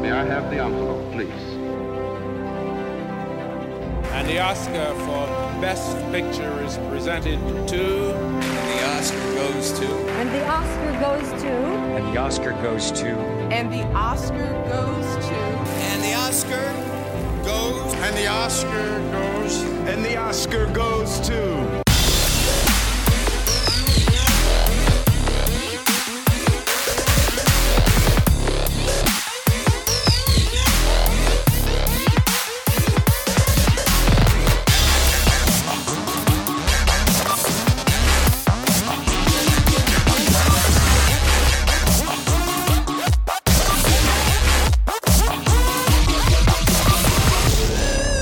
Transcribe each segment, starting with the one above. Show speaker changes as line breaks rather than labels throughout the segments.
May I have the envelope, please?
And the Oscar for Best Picture is presented to
The Oscar goes to.
And the Oscar goes to.
And the Oscar goes to.
And the Oscar goes to.
And the Oscar goes. And the Oscar goes.
And the Oscar goes to.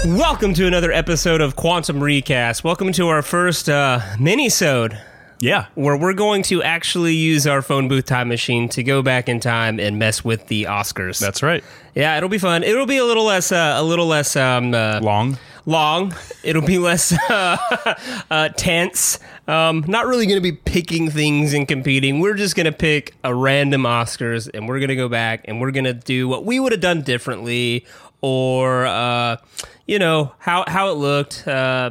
Welcome to another episode of Quantum Recast. Welcome to our first uh, mini-sode
Yeah.
where we're going to actually use our phone booth time machine to go back in time and mess with the Oscars.
That's right.
yeah, it'll be fun. It'll be a little less uh, a little less um, uh,
Long.
long. It'll be less uh, uh, tense. Um, not really going to be picking things and competing. We're just going to pick a random Oscars and we're going to go back and we're going to do what we would have done differently or, uh, you know, how, how it looked. Uh,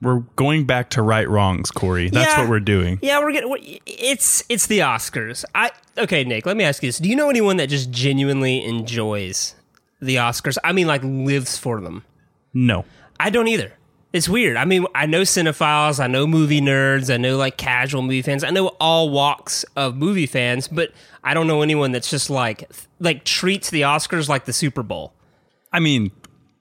We're going back to right wrongs, Corey. That's
Yeah.
what we're doing.
yeah, we're going to. It's, it's the Oscars. I Okay, Nick, let me ask you this. Do you know anyone that just genuinely enjoys the Oscars? I mean, like, lives for them.
No.
I don't either. It's weird. I mean, I know cinephiles, I know movie nerds, I know like casual movie fans, I know all walks of movie fans, but I don't know anyone that's just like th- like treats the Oscars like the Super Bowl.
I mean,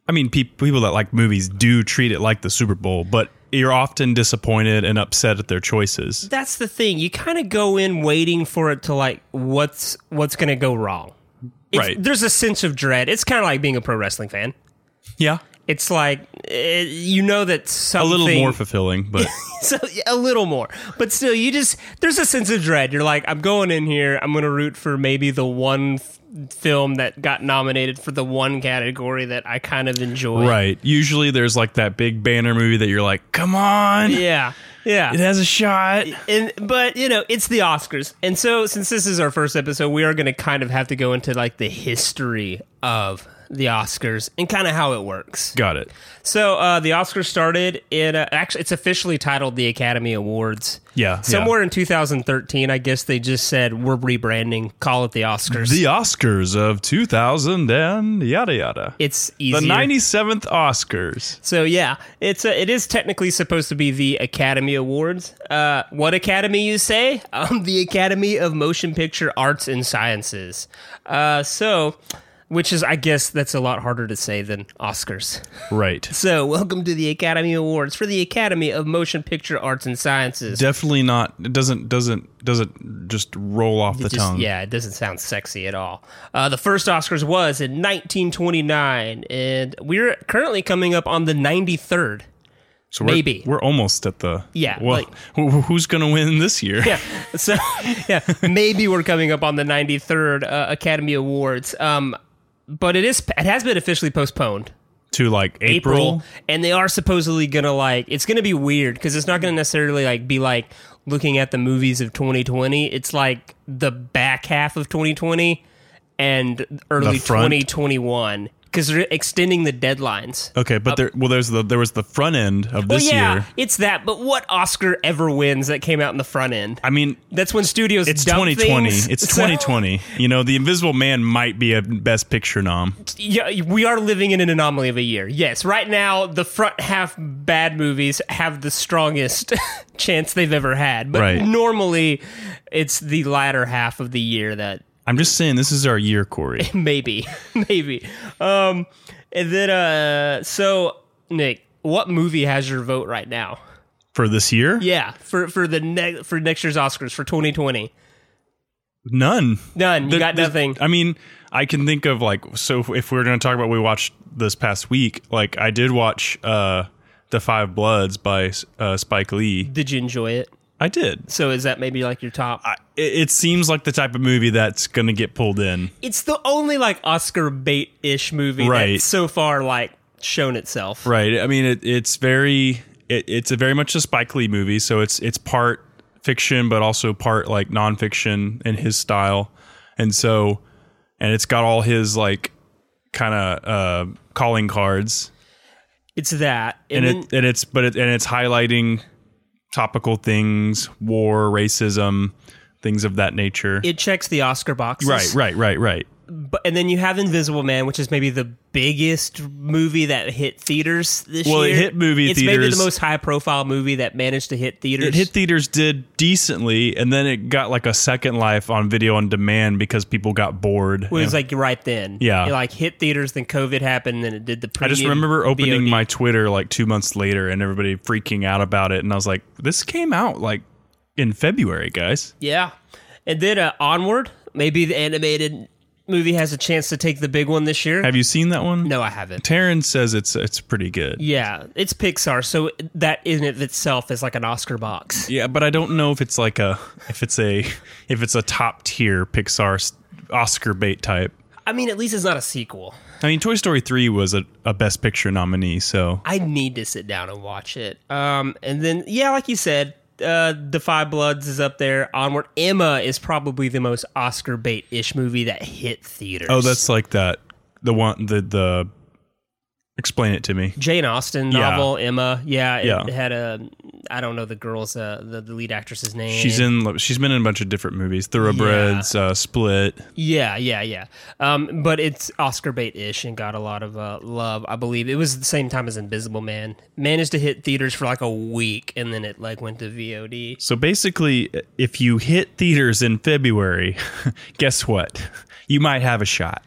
I mean, pe- people that like movies do treat it like the Super Bowl, but you're often disappointed and upset at their choices.
That's the thing. You kind of go in waiting for it to like what's what's going to go wrong. It's-
Right.
There's a sense of dread. It's kind of like being a pro wrestling fan.
Yeah.
It's like eh, you know that
A
something
little more fulfilling, but
so a little more but still you just there's a sense of dread you're like i'm going in here i'm going to root for maybe the one f- film that got nominated for the one category that i kind of enjoy
right. Usually there's like that big banner movie that you're like, come on.
yeah yeah
It has a shot.
and but you know it's the Oscars, and so since this is our first episode, we are going to kind of have to go into like the history of the Oscars and kind of how it works.
Got it.
So uh, the Oscars started in uh, actually it's officially titled the Academy Awards.
Yeah,
somewhere
yeah.
in 2013, I guess they just said we're rebranding, call it the Oscars.
The Oscars of 2000 and yada yada.
it's
the
easier.
97th Oscars.
So yeah, it's uh it is technically supposed to be the Academy Awards. Uh, what Academy you say? Um, the Academy of Motion Picture Arts and Sciences. Uh, so, which is I guess that's a lot harder to say than Oscars.
Right.
So, welcome to the Academy Awards for the Academy of Motion Picture Arts and Sciences.
definitely not it doesn't doesn't doesn't just roll off the
Just-
tongue
Yeah, it doesn't sound sexy at all. Uh, the first Oscars was in 1929, and we're currently coming up on the 93rd.
so we're,
maybe.
we're almost at the
Yeah,
well
like-
who- who- who's gonna win this year
Yeah, so yeah, maybe we're coming up on the 93rd uh, Academy Awards. Um, but it is it has been officially postponed.
to like april,
April, and they are supposedly gonna like it's gonna be weird because it's not gonna necessarily like be like looking at the movies of 2020. It's like the back half of 2020 and early
front?
2021 because they're extending the deadlines.
okay but there well there's the there was the front end of
Well,
Uh, this
Uh, Oh, yeah,
year
it's that. But what Oscar ever wins that came out in the front end?
i mean
That's when studios.
it's
dump
2020
things.
it's
So-
2020 you know the invisible man might be a best picture nom
yeah, we are living in an anomaly of a year. Yes, right now the front half bad movies have the strongest chance they've ever had, but
Right.
normally it's the latter half of the year that
i'm just saying this is our year corey
maybe, maybe. Um, and then, uh, so Nick, what movie has your vote right now?
for this year
Yeah, for for the next for next year's Oscars for 2020.
none
None. You
There-
got
there's-
nothing.
I mean, I can think of like so if- if we're going to talk about what we watched this past week, like I did watch uh The Five Bloods by uh, Spike Lee.
Did you enjoy it?
I did.
So is that maybe like your top?
I, it, it seems like the type of movie that's going to get pulled in.
it's the only like Oscar bait ish movie
Right.
that's so far like shown itself.
Right. I mean, it, it's very it, it's a very much a Spike Lee movie, so it's it's part fiction but also part like nonfiction in his style, and so and it's got all his like kind of uh, calling cards,
It's that.
and
And,
it and it's but it, and it's highlighting topical things, war, racism, things of that nature.
it, it checks the Oscar boxes.
right, right, right, right.
But, and then you have Invisible Man, which is maybe the biggest movie that hit theaters this
Well, it
year.
hit movie
it's maybe
theaters.
the most high profile movie that managed to hit theaters.
It hit theaters did decently, and then it got like a second life on video on demand because people got bored.
Well, it
And-
was like right then.
Yeah.
It like hit theaters, then COVID happened, then it did the
I just
premium
remember opening
VOD.
my Twitter like two months later and everybody freaking out about it. And I was like, this came out like in February, guys.
Yeah. And then uh, Onward, maybe the animated movie has a chance to take the big one this year.
Have you seen that one?
no, I haven't.
Taryn says it's it's pretty good.
Yeah, it's Pixar, so that in it itself is like an Oscar box.
Yeah, but I don't know if it's like a if it's a if it's a top tier Pixar s- Oscar bait type.
I mean, at least it's not a sequel.
I mean, Toy Story three was a, a Best Picture nominee, so
I need to sit down and watch it. Um, and then yeah, like you said, uh, The Five Bloods is up there. Onward, Emma is probably the most Oscar bait ish movie that hit theaters.
oh, that's like that the one the the explain it to me.
Jane Austen
Yeah.
novel Emma. Yeah, it
Yeah.
had a I don't know the girl's uh, the, the lead actress's name.
She's in she's been in a bunch of different movies. Thoroughbreds, uh, Split.
Yeah, yeah, yeah. Um, but it's Oscar bait ish and got a lot of uh, love. I believe it was the same time as Invisible Man. Managed to hit theaters for like a week and then it like went to VOD.
So basically, if you hit theaters in February, guess what? You might have a shot.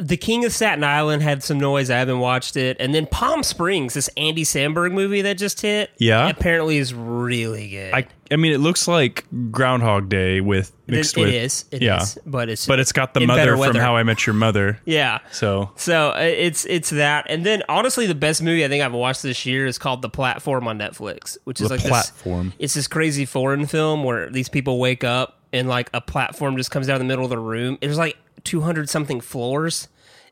The King of Staten Island had some noise. I haven't watched it. And then Palm Springs, this Andy Samberg movie that just hit.
Yeah.
apparently is really good.
I I mean, it looks like Groundhog Day with mixed
it,
with
it is. It is.
yeah.
But it's
but it's got the
in
mother
better
from
weather.
How I Met Your Mother.
yeah.
So
So uh, it's it's that, and then honestly, the best movie I think I've watched this year is called The Platform on Netflix, which is
The
like
Platform.
This, it's this crazy foreign film where these people wake up and like a platform just comes out of the middle of the room. There's like 200 something floors,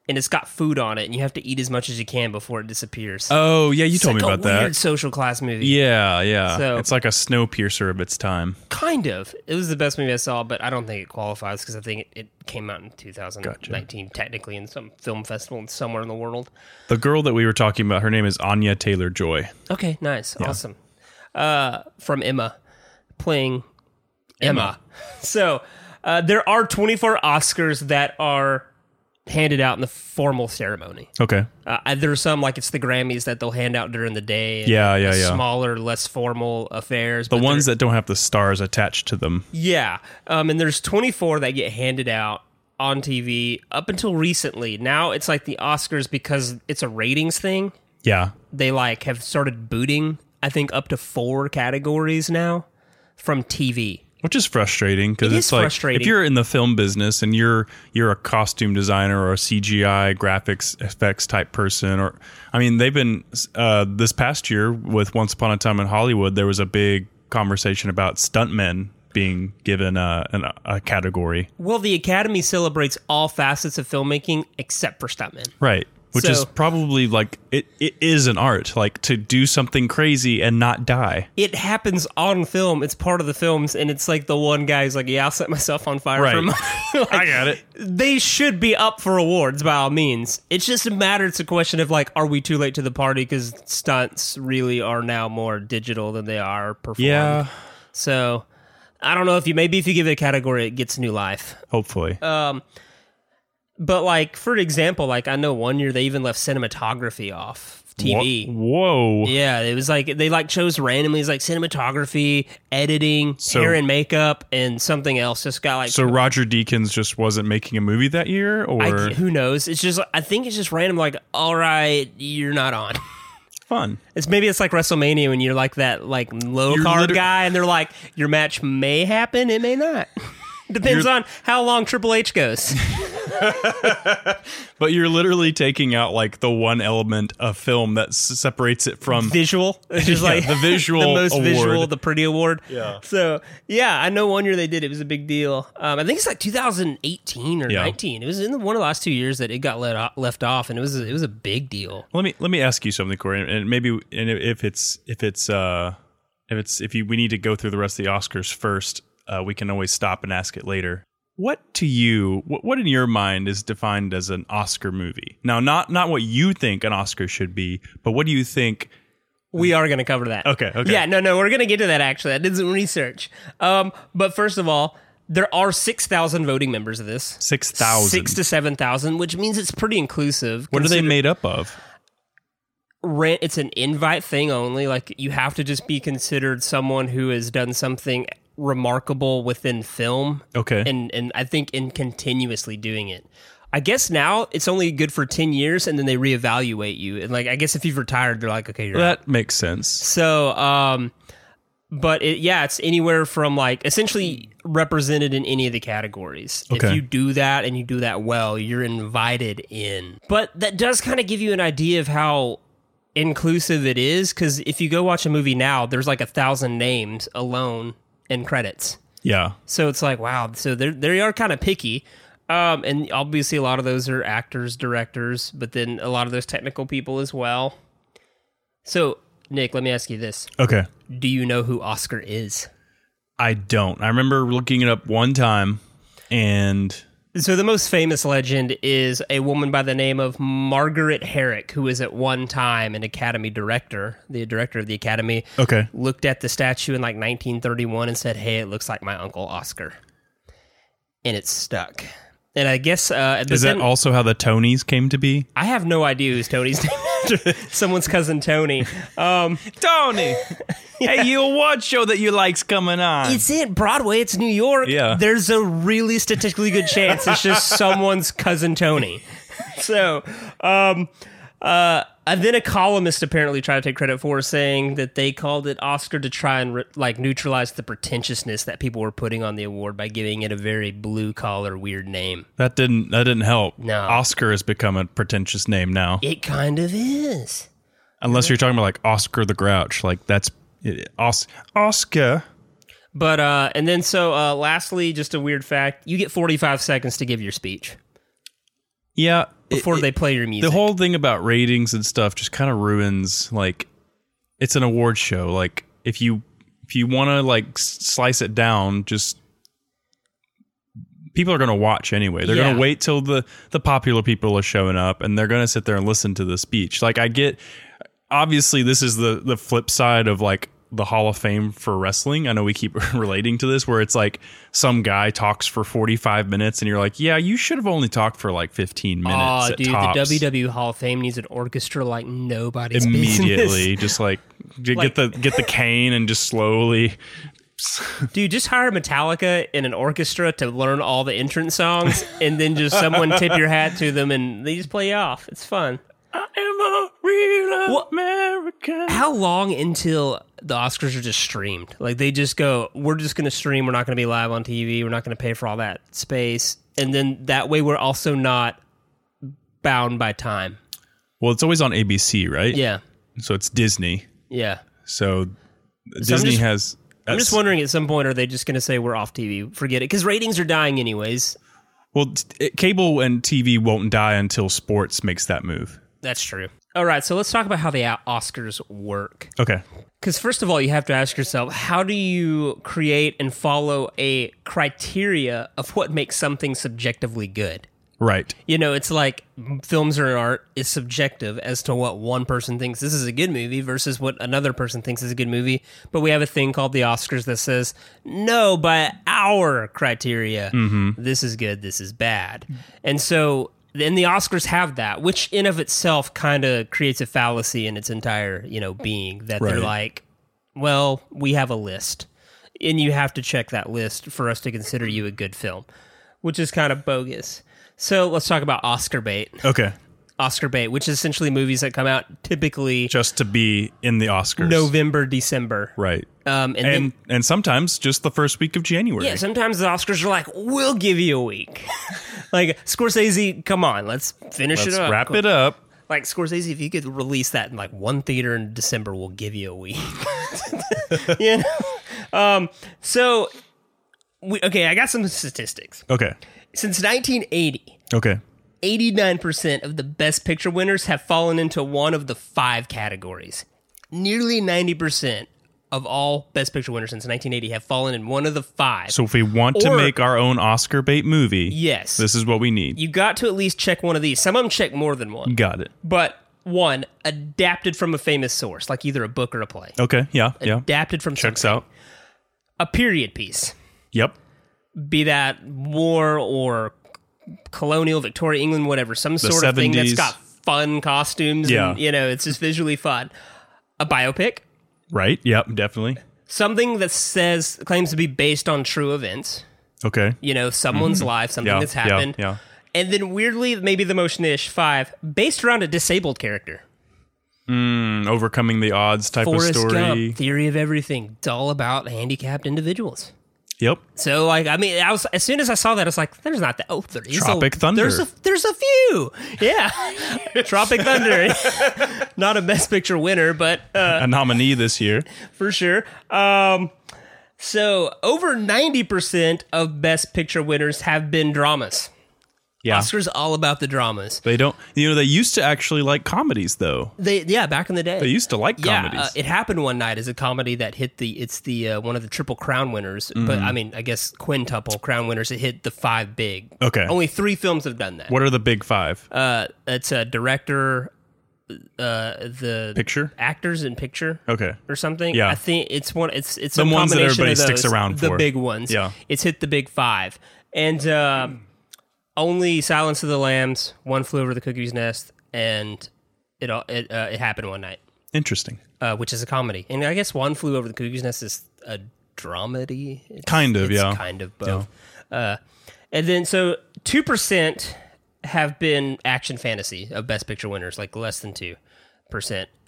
and it's got food on it, and you have to eat as much as you can before it disappears.
oh yeah, you
it's
told
like
me
a
about that.
Weird social class movie.
yeah, yeah.
So-
it's like a snowpiercer of its time.
kind of. It was the best movie I saw, but I don't think it qualifies because I think it, it came out in 2019, technically in some film festival in somewhere in the world.
The girl that we were talking about, her name is Anya Taylor Joy.
Okay, nice, awesome. Uh, from Emma, playing Emma. So uh, there are 24 Oscars that are handed out in the formal ceremony.
Okay,
Uh, I- there are some like it's the Grammys that they'll hand out during the day. and
Yeah, yeah, yeah.
Smaller, less formal affairs.
the ones that don't have the stars attached to them.
yeah, um, and there's 24 that get handed out on TV up until recently. Now it's like the Oscars because it's a ratings thing
Yeah,
they like have started booting i think up to four categories now from tv
which is frustrating because
It
it's
is
like
frustrating.
if you're in the film business and you're you're a costume designer or a CGI graphics effects type person or I mean they've been uh, this past year with Once Upon a Time in Hollywood there was a big conversation about stuntmen being given a, an, a category
well the academy celebrates all facets of filmmaking except for stuntmen
right which is
So-
probably like it, it is an art like to do something crazy and not die
it happens on film it's part of the films and it's like the one guy who's like yeah i'll set myself on fire
Right.
for money Like,
I got it.
they should be up for awards by all means it's just a matter it's a question of like are we too late to the party because stunts really are now more digital than they are performed
yeah
so i don't know if you maybe if you give it a category it gets new life
hopefully
Uh, But like for example, like I know one year they even left cinematography off TV.
whoa
Yeah, it was like they like chose randomly. It's like cinematography, editing,
So-
hair and makeup, and something else. Just got like
so Roger Deakins just wasn't making a movie that year or
I, who knows? It's just I think it's just random. Like all right, you're not on.
fun
It's maybe it's like WrestleMania when you're like that like low
You're
card
liter-
guy, and they're like your match may happen, it may not. Depends
You're-
on how long Triple H goes.
But you're literally taking out like the one element of film that s- separates it from.
visual. It's just
Yeah,
like
the visual
the most visual,
award.
the pretty award. Yeah. So yeah, I know one year they did. It was a big deal. Um, I think it's like 2018 or
Yeah.
19. It was in the, one of the last two years that it got let o- left off, and it was it was a big deal.
let me let me ask you something, Corey, and maybe and if it's if it's uh if it's if you we need to go through the rest of the Oscars first, uh, we can always stop and ask it later. what to you what, what in your mind is defined as an oscar movie now not not what you think an oscar should be but what do you think
We are going to cover that.
Okay, okay.
Yeah, no, no, we're going to get to that actually. I did some research. Um, but first of all, there are 6,000 voting members of this.
6000
Six to 7,000, which means it's pretty inclusive.
what are they
Consider-
made up of
Rent, it's an invite thing only. Like, you have to just be considered someone who has done something remarkable within film.
Okay.
And, and I think in continuously doing it. I guess now it's only good for 10 years and then they reevaluate you. And, like, I guess if you've retired, they're like, okay, you're out.
that makes sense
So, um, but it, yeah, it's anywhere from like essentially represented in any of the categories.
Okay.
If you do that and you do that well, you're invited in. But that does kind of give you an idea of how inclusive it is because if you go watch a movie now, there's like a thousand names alone in credits.
yeah
So it's like, wow. So they're, they are kind of picky. Um, and obviously, a lot of those are actors, directors, but then a lot of those technical people as well. So, Nick, let me ask you this
okay
Do you know who Oscar is?
i don't i remember looking it up one time and
So, the most famous legend is a woman by the name of Margaret Herrick, who was at one time an Academy director, the director of the Academy.
okay
Looked at the statue in like 1931 and said, Hey, it looks like my uncle Oscar. And it stuck. And I guess. Uh, but
is that
then-
also how the tonys came to be
I have no idea who's Tony's named after. Someone's cousin Tony. Um,
tony hey you award show that you likes coming on
it's in Broadway. It's New York.
Yeah.
There's a really statistically good chance it's just someone's cousin Tony. So, um, uh, and then a columnist apparently tried to take credit for saying that they called it Oscar to try and re- like neutralize the pretentiousness that people were putting on the award by giving it a very blue collar weird name.
that didn't that didn't help
No.
oscar has become a pretentious name now
It kind of is.
Unless you're talking about like Oscar the Grouch, like that's it, Os- Oscar.
But uh and then so uh lastly, just a weird fact, you get 45 seconds to give your speech
Yeah,
before they play your music.
the whole thing about ratings and stuff just kind of ruins like it's an award show. Like if you if you want to like s- slice it down, just people are going to watch anyway. They're going
Yeah.
to wait till the the popular people are showing up and they're going to sit there and listen to the speech. Like I get obviously this is the the flip side of like the Hall of Fame for wrestling. I know we keep relating to this where it's like some guy talks for 45 minutes and you're like, "Yeah, you should have only talked for like 15 minutes."
Aw,
at
dude,
tops."
the WWE Hall of Fame needs an orchestra like nobody's
immediately
business.
just like j-
Like-
get the get the cane and just slowly
Dude, just hire Metallica and an orchestra to learn all the entrance songs and then just someone tip your hat to them and they just play off. It's fun.
I am a real
Well-
American.
How long until the Oscars are just streamed? Like they just go, we're just going to stream. We're not going to be live on TV. We're not going to pay for all that space. And then that way we're also not bound by time.
Well, it's always on ABC, right?
Yeah.
So it's Disney.
Yeah.
So, Disney
just-
has uh,
I'm just wondering at some point, are they just going to say we're off TV? Forget it. Because ratings are dying anyways.
Well, t- it- cable and TV won't die until sports makes that move.
That's true. All right. So let's talk about how the O- Oscars work.
Okay.
Because first of all, you have to ask yourself, how do you create and follow a criteria of what makes something subjectively good?
Right.
You know, it's like m- films or art is subjective as to what one person thinks this is a good movie versus what another person thinks is a good movie. But we have a thing called the Oscars that says, no, by our criteria, this is good, this is bad. And so then the Oscars have that, which in of itself kind of creates a fallacy in its entire, you know, being that they're
Right.
like, well, we have a list and you have to check that list for us to consider you a good film, which is kind of bogus. So let's talk about Oscar bait.
Okay.
Oscar bait, which is essentially movies that come out typically
Just to be in the Oscars.
November, December.
Right.
Um, and,
And
then,
and sometimes just the first week of January.
yeah, sometimes the Oscars are like, we'll give you a week. like, Scorsese, come on, let's finish
Let's
it up.
wrap it up.
Like, Scorsese, if you could release that in like one theater in December, we'll give you a week. you know? Um, so, we, okay, I got some statistics.
Okay.
Since 1980,
Okay.
89% of the best picture winners have fallen into one of the five categories. Nearly 90% of all Best Picture winners since 1980 have fallen in one of the five.
So if we want to
Or-
make our own Oscar bait movie,
Yes.
this is what we need.
you got to at least check one of these. Some of them check more than one.
Got it.
But one, adapted from a famous source, like either a book or a play.
Okay. Yeah. Oh, Yeah.
Adapted from
Checks
something.
out.
A period piece,
Yep.
be that war or colonial, Victoria, England, whatever, some sort of thing that's
70s.
got fun costumes.
Yeah.
And, you know, it's just visually fun. A biopic,
Right. Yep. Definitely.
something that says, claims to be based on true events,
Okay.
you know, someone's life, something
Mm-hmm. Yeah,
that's
yeah,
happened.
yeah.
And then weirdly, maybe the most niche five, based around a disabled character.
Mm, overcoming the odds type
Forrest
of story.
Gump, Theory of Everything. It's all about handicapped individuals.
Yep.
So, like, I mean, I was as soon as I saw that, I was like, "There's not that." Oh, there is
Tropic
a,
Thunder.
There's a there's a few. Yeah, Tropic Thunder. not a Best Picture winner, but uh,
A nominee this year.
for sure. Um, so, over ninety percent of Best Picture winners have been dramas.
Yeah.
Oscars all about the dramas.
They don't. You know, they used to actually like comedies though.
They yeah, back in the day,
They used to like comedies.
Yeah, uh, it happened one night as a comedy that hit the it's the uh, one of the triple crown winners, but
Mm-hmm.
I mean I guess quintuple crown winners. It hit the five big.
Okay.
only three films have done that.
what are the big five?
Uh, it's a director, uh, the
Picture?
actors in picture.
Okay.
Or something.
Yeah.
I think it's one. It's it's
The
a
ones that
combination
everybody
of those,
sticks around
The
for.
big ones.
Yeah.
It's hit the big five, and uh, only Silence of the Lambs, One Flew Over the Cuckoo's Nest, and it all it uh, it happened one night
Interesting.
uh, which is a comedy. And I guess One Flew Over the Cuckoo's Nest is a dramedy. It's-
Kind of,
it's
yeah.
Kind of both. Uh, and then, so 2% have been action fantasy of Best Picture winners, like less than 2%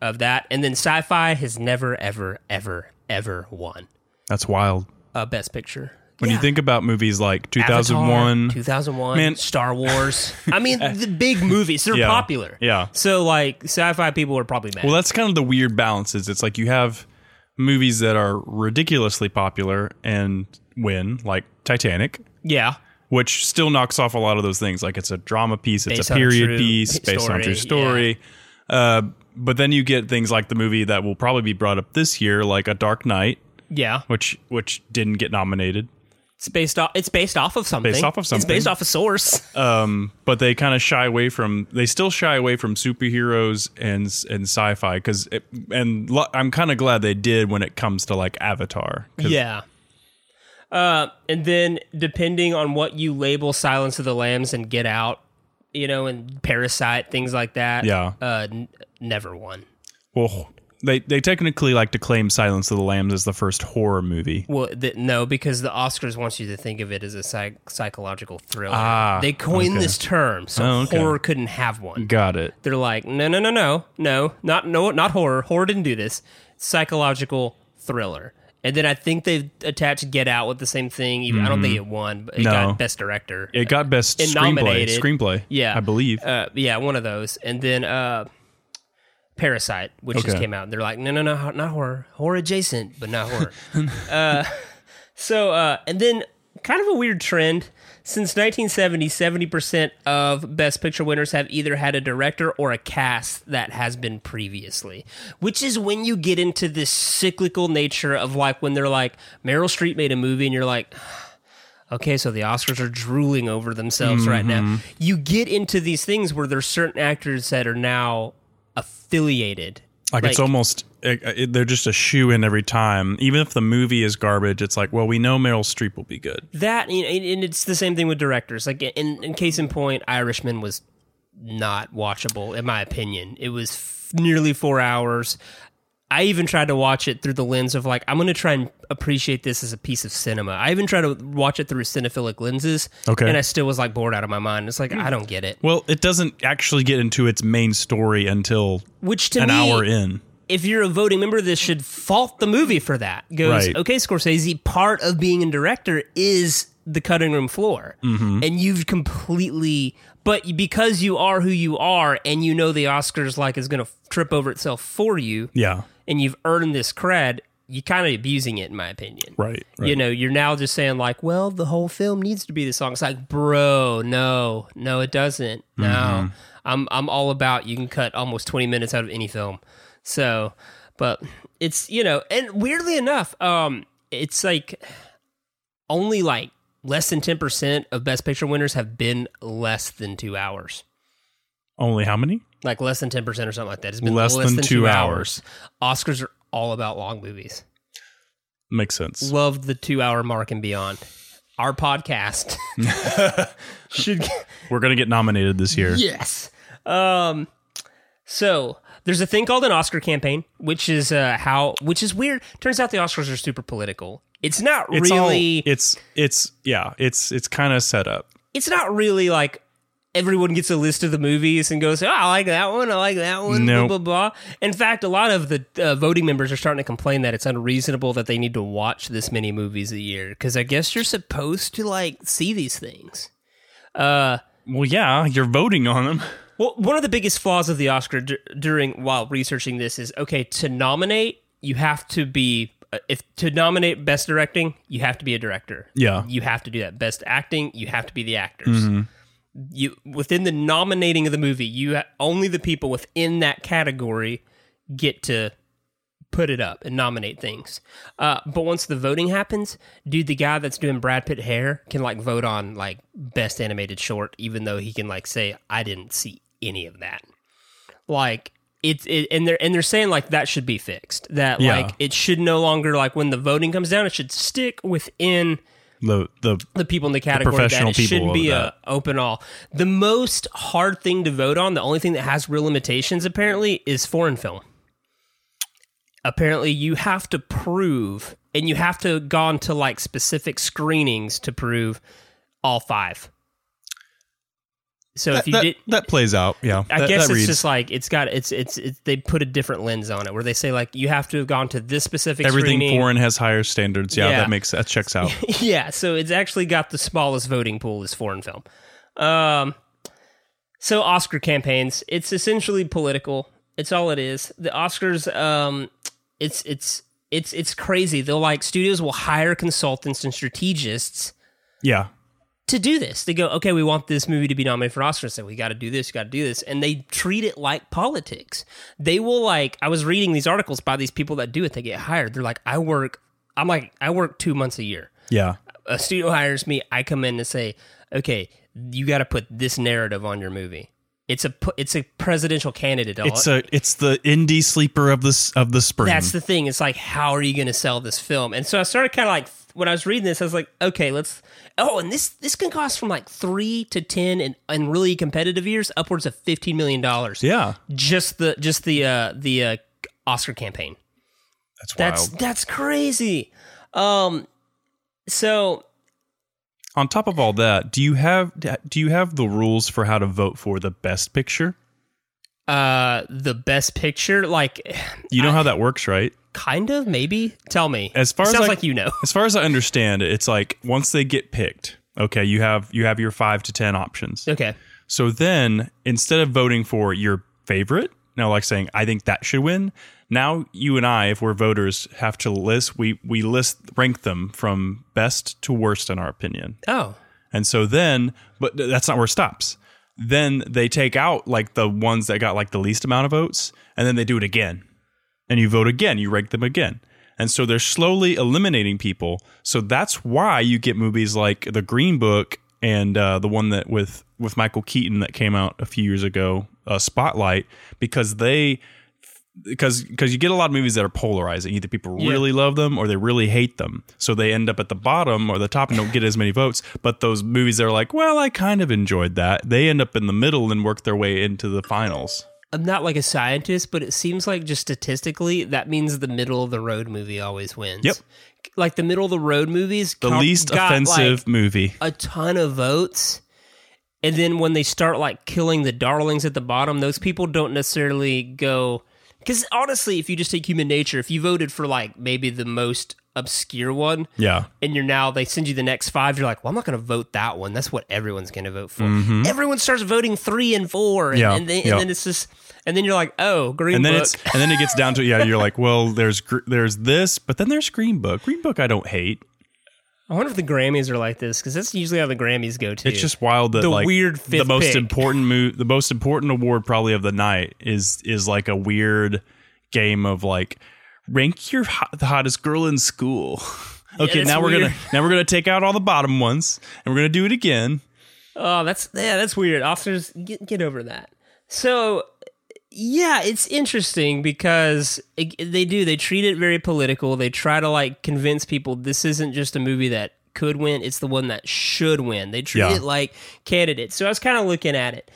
of that. And then sci fi has never, ever, ever, ever won
That's wild.
a Best Picture.
When you
Yeah.
think about movies like
Avatar,
2001,
2001,
Man.
Star Wars. I mean, the big movies, they're
Yeah,
popular.
yeah.
So, like, sci fi people are probably mad.
Well, that's kind of the weird balance. Is it's like you have movies that are ridiculously popular and win, like Titanic,
yeah.
which still knocks off a lot of those things. Like it's a drama piece, it's
Based
a
on a
period
true
piece
hi-
based on a true
story,
story. Uh, but then you get things like the movie that will probably be brought up this year, like A Dark Knight,
Yeah.
which which didn't get nominated.
It's based off. It's based off of something.
Based off of
It's based
something.
off a source.
Um, but they kind of shy away from they still shy away from superheroes and and sci-fi because and lo- I'm kind of glad they did when it comes to like Avatar. 'Cause-
yeah. Uh, and then depending on what you label Silence of the Lambs and Get Out, you know, and Parasite, things like that.
Yeah.
Uh, n- never won.
Well, oh, they they technically like to claim Silence of the Lambs as the first horror movie.
Well, th- no, because the Oscars wants you to think of it as a psych- psychological thriller.
Ah,
they coined
okay.
this term, so
Oh, okay.
horror couldn't have one.
Got it.
They're like, no, no, no, no, no, not no, not horror. Horror didn't do this. Psychological thriller. And then I think they've attached Get Out with the same thing. Even I don't think it won, but it
Mm-hmm. No.
got Best Director.
It got best
And
screenplay.
nominated.
Screenplay.
yeah,
I believe.
Uh, yeah, one of those. And then uh, Parasite, which just
Okay.
came out. And they're like, no, no, no, ho- not horror. Horror adjacent, but not horror. uh, so, uh, and then kind of a weird trend. Since 1970, 70% of Best Picture winners have either had a director or a cast that has been previously, which is when you get into this cyclical nature of like when they're like, Meryl Streep made a movie and you're like, okay, so the Oscars are drooling over themselves right now. You get into these things where there's certain actors that are now affiliated.
like, it's almost it, it, they're just a shoe in every time. Even if the movie is garbage, it's like well we know Meryl Streep will be good.
that, and- and and it's the same thing with directors. Like in, in case in point, Irishman was not watchable in my opinion. It was f- nearly four hours. I even tried to watch it through the lens of like I'm going to try and appreciate this as a piece of cinema. I even tried to watch it through cinephilic lenses,
Okay.
and I still was like bored out of my mind. It's like I don't get it.
Well, it doesn't actually get into its main story until
Which to
an
me,
hour in.
if you're a voting member of this should fault the movie for that goes
Right.
okay scorsese part of being a director is the cutting room floor and you've completely but because you are who you are and you know the oscars like is going to trip over itself for you
Yeah.
and you've earned this cred you're kind of abusing it in my opinion
Right,
you
right.
know you're now just saying like well the whole film needs to be the song it's like bro no no it doesn't
Mm-hmm.
no i'm i'm all about you can cut almost 20 minutes out of any film so But it's you know, and weirdly enough, um, it's like only like less than ten percent of Best Picture winners have been less than two hours.
Only how many?
Like less than ten percent or something like that. It's been
Less
less,
than
than,
two
two, hours. Oscars are all about long movies.
Makes sense.
Loved the two hour mark and beyond. Our podcast should
We're gonna get nominated this year.
Yes. Um, so there's a thing called an Oscar campaign, which is uh, how, which is weird. Turns out the Oscars are super political. It's not
It's
really.
all, it's it's yeah, it's it's kind of set up.
it's not really like everyone gets a list of the movies and goes, "Oh, I like that one. I like that one."
Nope.
Blah blah blah. In fact, a lot of the uh, voting members are starting to complain that it's unreasonable that they need to watch this many movies a year because I guess you're supposed to like see these things.
Well, yeah, you're voting on them.
Well, one of the biggest flaws of the Oscar d- during while researching this is okay to nominate, you have to be uh, if to nominate best directing, you have to be a director.
Yeah.
you have to do that. Best acting, you have to be the actors. You within the nominating of the movie, you ha- only the people within that category get to put it up and nominate things. Uh, but once the voting happens, dude, the guy that's doing Brad Pitt hair can like vote on like best animated short, even though he can like say I didn't see any of that. Like it's it, and they're and they're saying like that should be fixed. That
Yeah.
like it should no longer like when the voting comes down, it should stick within
The the
the people in the category
professional
that it
people
shouldn't be
of
a open all. The most hard thing to vote on, the only thing that has real limitations apparently is foreign film. Apparently you have to prove and you have to gone to like specific screenings to prove all five. So if you
that,
did
that plays out. Yeah,
I
that,
guess
that
it's
reads.
just like it's got it's, it's it's they put a different lens on it where they say like you have to have gone to this specific
everything
screening.
foreign has higher standards. Yeah,
Yeah.
that makes that checks out.
yeah, so it's actually got the smallest voting pool is foreign film. Um, so Oscar campaigns, it's essentially political. It's all it is. The Oscars, um, it's it's it's it's crazy. They'll like studios will hire consultants and strategists
yeah,
to do this. They go, okay, we want this movie to be nominated for Oscars, so we got to do this, got to do this, and they treat it like politics. They will like. I was reading these articles by these people that do it. They get hired. They're like, I work. I'm like, I work two months a year
yeah.
a studio hires me, I come in and say, "Okay, you got to put this narrative on your movie." It's a pu- it's a presidential candidate.
It's a it's the indie sleeper of this of the spring.
That's the thing. It's like, how are you going to sell this film? And so I started kind of like when I was reading this, I was like, okay, let's. Oh, and this this can cost from like three to ten, and in really competitive years, upwards of fifteen million dollars.
yeah,
just the just the uh, the uh, Oscar campaign.
that's wild.
That's that's crazy. Um, so
On top of all that, do you have do you have the rules for how to vote for the best picture?
uh the best picture like
You know how that works, right?
kind of maybe tell me
As far as
sounds
I-
like you know
As far as I understand, it's like once they get picked, okay, you have you have your 5 to 10 options.
okay
So then, instead of voting for your favorite, now like saying I think that should win, now you and I, if we're voters, have to list we we list rank them from best to worst in our opinion.
oh
And so then, but th- that's not where it stops. Then they take out like the ones that got like the least amount of votes, and then they do it again. And you vote again, you rank them again. And so they're slowly eliminating people. So that's why you get movies like The Green Book and uh, the one that with with Michael Keaton that came out a few years ago, uh, Spotlight, because they because because you get a lot of movies that are polarizing. Either people
Yeah.
really love them or they really hate them. So they end up at the bottom or the top and don't get as many votes. But those movies that are like, well, I kind of enjoyed that. They end up in the middle and work their way into the finals.
i'm not like a scientist but it seems like just statistically that means the middle of the road movie always wins
Yep.
like the middle of the road movies
The
co-
least
got, like,
offensive movie.
a ton of votes and then when they start like killing the darlings at the bottom those people don't necessarily go because honestly if you just take human nature if you voted for like maybe the most obscure one
Yeah.
and you're now they send you the next five you're like well i'm not going to vote that one that's what everyone's going to vote for everyone starts voting three and four and,
Mm-hmm. Yeah,
and, then,
yeah.
and then it's just and then you're like oh green
And then
book
it's and then it gets down to yeah you're like well there's gr- there's this but then there's Green Book Green Book I don't hate
i wonder if the grammys are like this because that's usually how the grammys go to
it's just wild that
The
like
weird
the
fifth
most
pick.
important move the most important award probably of the night is is like a weird game of like rank your hot, the hottest girl in school. okay,
that's
now we're
weird.
gonna now we're gonna take out all the bottom ones and we're gonna do it again.
Oh, that's yeah, that's weird. Officers, get get over that. So, yeah, it's interesting because it, they do they treat it very political. They try to like convince people this isn't just a movie that could win; it's the one that should win. They treat
Yeah.
it like candidates. So I was kind of looking at it,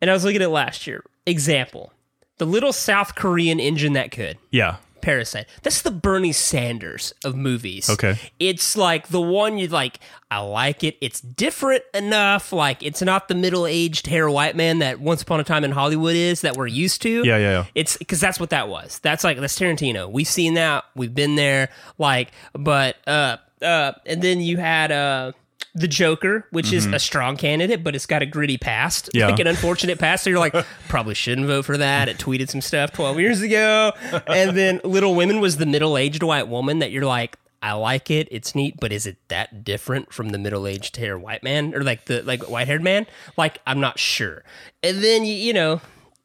and I was looking at last year example: the little South Korean engine that could.
Yeah,
Parasite. That's the Bernie Sanders of movies.
Okay.
It's like the one you like, I like it. It's different enough. Like, it's not the middle aged hair white man that Once Upon a Time in Hollywood is that we're used to.
Yeah, yeah, yeah.
It's because that's what that was. That's like, that's Tarantino. We've seen that. We've been there. Like, but, uh, uh, and then you had, uh, the Joker, which is a strong candidate, but it's got a gritty past,
Mm-hmm. Yeah.
like an unfortunate past. So you're like, probably shouldn't vote for that. It tweeted some stuff 12 years ago. And then Little Women was the middle aged white woman that you're like, I like it. It's neat, but is it that different from the middle aged hair white man or like the like white haired man? Like, I'm not sure. And then, you, you know,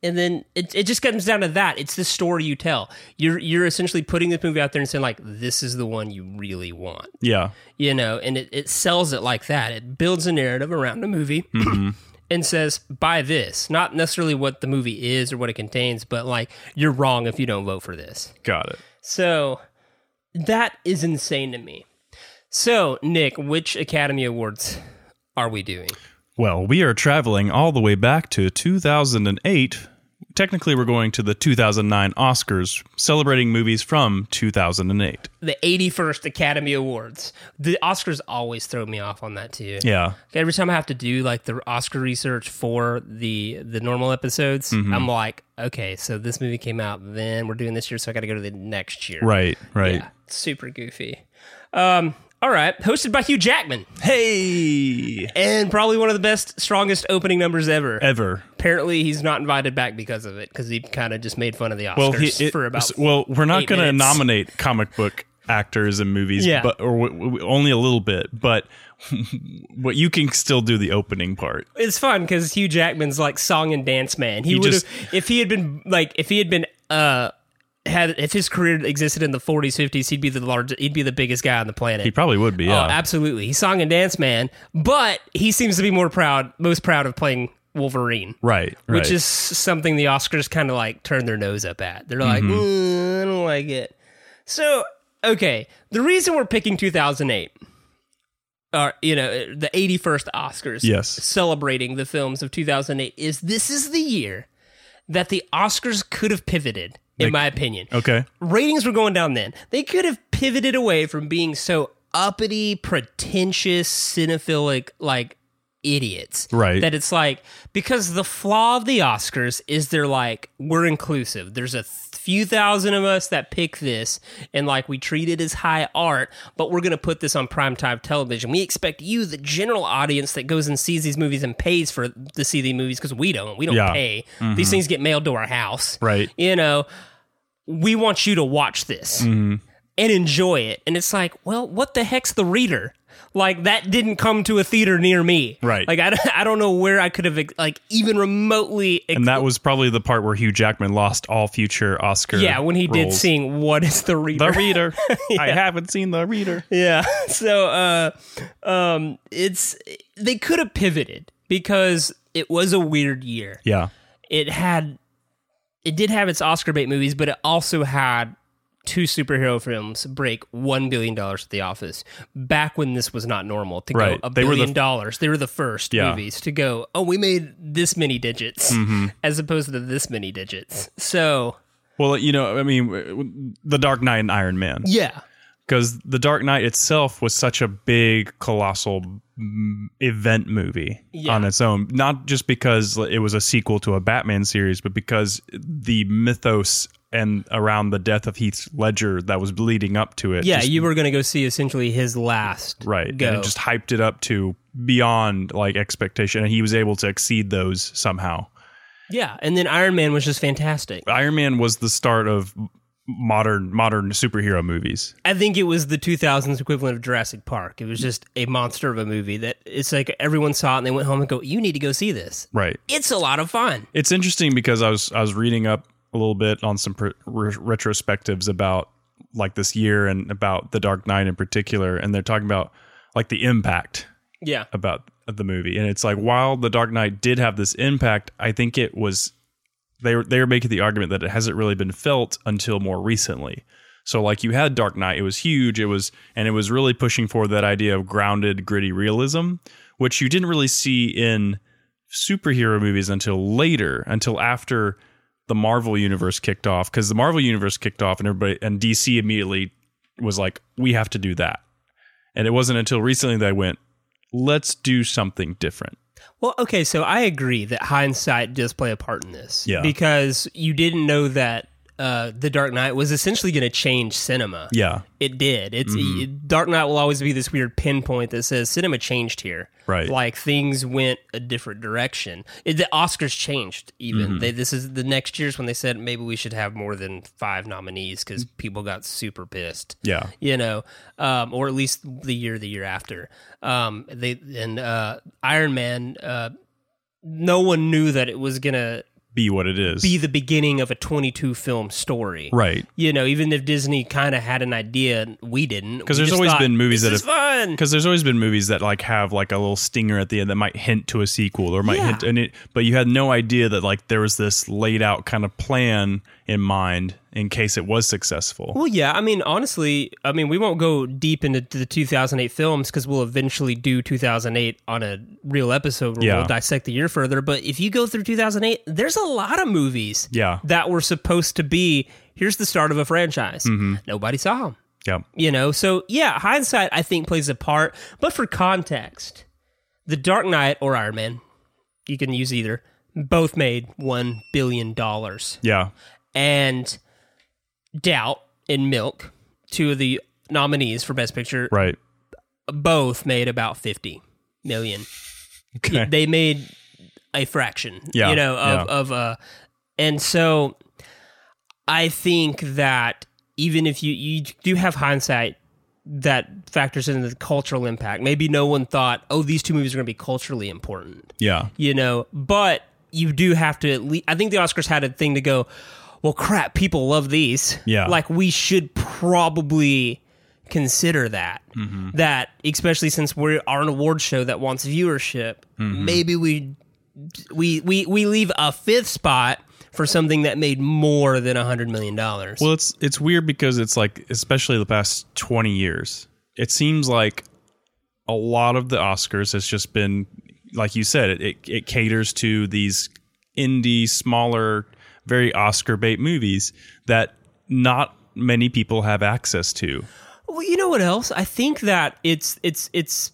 and then it, it just comes down to that. It's the story you tell. You're you're essentially putting this movie out there and saying like, this is the one you really want
yeah,
you know, and it, it sells it like that. It builds a narrative around the movie and says, buy this, not necessarily what the movie is or what it contains, but like, you're wrong if you don't vote for this.
got it.
So that is insane to me. So, Nick, which Academy Awards are we doing?
Well, we are traveling all the way back to 2008. Technically, we're going to the 2009 Oscars, celebrating movies from 2008.
The 81st Academy Awards. The Oscars always throw me off on that too.
Yeah.
Every time I have to do like the Oscar research for the the normal episodes,
Mm-hmm.
I'm like, okay, so this movie came out then. We're doing this year, so I got to go to the next year.
Right, right.
Yeah, super goofy. Um, all right, hosted by Hugh Jackman,
Hey!
and probably one of the best, strongest opening numbers ever.
Ever.
Apparently, he's not invited back because of it, because he kind of just made fun of the Oscars
Well, he, it-
for about.
well, we're not
eight
going to
minutes.
nominate comic book actors in movies,
Yeah.
but or w- w- only a little bit. But what you can still do the opening part.
it's fun because Hugh Jackman's like song and dance man. He,
He
would have
just-
if he had been like if he had been uh had if his career existed in the 40s 50s he'd be the largest he'd be the biggest guy on the planet.
He probably would be. Yeah.
Oh, absolutely. He's song and dance man, but he seems to be more proud most proud of playing Wolverine.
right, right.
Which is something the Oscars kind of like turn their nose up at. They're like,
Mm-hmm.
"Mm, I don't like it. So, okay, the reason we're picking 2008 or uh, you know, the 81st Oscars
Yes.
celebrating the films of 2008 is this is the year that the Oscars could have pivoted in
They-
my opinion
okay.
ratings were going down then. They could have pivoted away from being so uppity, pretentious, cinephilic, like idiots.
Right.
That it's like, because the flaw of the Oscars is they're like, we're inclusive. There's a th- few thousand of us that pick this and like we treat it as high art, but we're going to put this on primetime television. We expect you, the general audience that goes and sees these movies and pays for to see these movies because we don't. We don't
Yeah.
pay. These things get mailed to our house.
Mm-hmm. Right.
You know, we want you to watch this
Mm-hmm.
and enjoy it. And it's like, well, what the heck's the reader? Like that didn't come to a theater near me.
Right.
Like I, don't- I don't know where I could have like even remotely.
And that was probably the part where Hugh Jackman lost all future Oscar.
yeah, when he did
roles.
sing "What Is the Reader?"
The Reader. I haven't seen The Reader.
yeah. So uh um it's they could have pivoted because it was a weird year.
Yeah.
it had it did have its Oscar bait movies, but it also had two superhero films break one billion dollars at the office back when this was not normal to
Right.
go a
They were the
billion
f-
dollars. They were the first
Yeah. Mm-hmm.
movies to go, oh, we made this many digits as opposed to this many digits. So
Well, you know, I mean, w- w- The Dark Knight and Iron Man.
yeah.
Because The Dark Knight itself was such a big, colossal mm, event movie
Yeah.
on its own. Not just because it was a sequel to a Batman series, but because the mythos and around the death of Heath Ledger that was leading up to it.
Yeah,
just-
you were gonna go see essentially his last
right.
go.
And it just hyped it up to beyond like expectation. And he was able to exceed those somehow.
yeah. And then Iron Man was just fantastic.
Iron Man was the start of modern modern superhero movies.
I think it was the 2000s equivalent of Jurassic Park. It was just a monster of a movie that it's like everyone saw it and they went home and go, "You need to go see this."
Right.
It's a lot of fun.
It's interesting because I was I was reading up a little bit on some pr- re- retrospectives about like this year and about The Dark Knight in particular, and they're talking about like the impact
Yeah.
about the movie. And it's like while The Dark Knight did have this impact, I think it was they were they were making the argument that it hasn't really been felt until more recently. So like you had Dark Knight, it was huge, it was and it was really pushing for that idea of grounded, gritty realism, which you didn't really see in superhero movies until later, until after the Marvel universe kicked off because the Marvel universe kicked off and everybody and DC immediately was like we have to do that. And it wasn't until recently that I went, let's do something different.
Well, okay, so I agree that hindsight does play a part in this.
Yeah.
Because you didn't know that uh, The Dark Knight was essentially going to change cinema.
Yeah.
It did. It's Dark Knight will always be this weird pinpoint that says cinema changed here.
Right.
Like things went a different direction. It, the Oscars changed even. They, this is the next year's when they said maybe we should have more than five nominees because people got super pissed.
Yeah.
You know, um, or at least the year, the year after. Um, they and uh, Iron Man. Uh, no one knew that it was gonna
Be what it is.
be the beginning of a 22 film story.
right.
You know, even if Disney kind of had an idea, we didn't.
Because there's always been movies that
is
have-
fun.
Because there's always been movies that like have like a little stinger at the end that might hint to a sequel or might
Yeah.
hint and it but you had no idea that like there was this laid out kind of plan in mind in case it was successful.
Well, yeah. I mean, honestly, I mean, we won't go deep into the 2008 films because we'll eventually do 2008 on a real episode where
Yeah.
we'll dissect the year further. But if you go through 2008, there's a lot of movies
Yeah.
that were supposed to be here's the start of a franchise.
Mm-hmm.
Nobody saw them.
Yeah.
You know, so yeah, hindsight I think plays a part. But for context, The Dark Knight or Iron Man, you can use either, both made $1 billion.
Yeah.
And Doubt and Milk, two of the nominees for Best Picture,
Right.
both made about 50 million.
Okay.
They made a fraction,
Yeah,
you know, of,
yeah.
of uh, and so I think that even if you, you do have hindsight that factors into the cultural impact, maybe no one thought, oh, these two movies are going to be culturally important
yeah.
you know but you do have to at least i think the oscars had a thing to go well crap people love these
Yeah.
like we should probably consider that that especially since we are an award show that wants viewership maybe we we we we leave a fifth spot for something that made more than a hundred million dollars
Well, it's it's weird because it's like especially the past 20 years. It seems like a lot of the Oscars has just been like you said, it it, it caters to these indie smaller very Oscar bait movies that not many people have access to.
Well, you know what else? I think that it's it's it's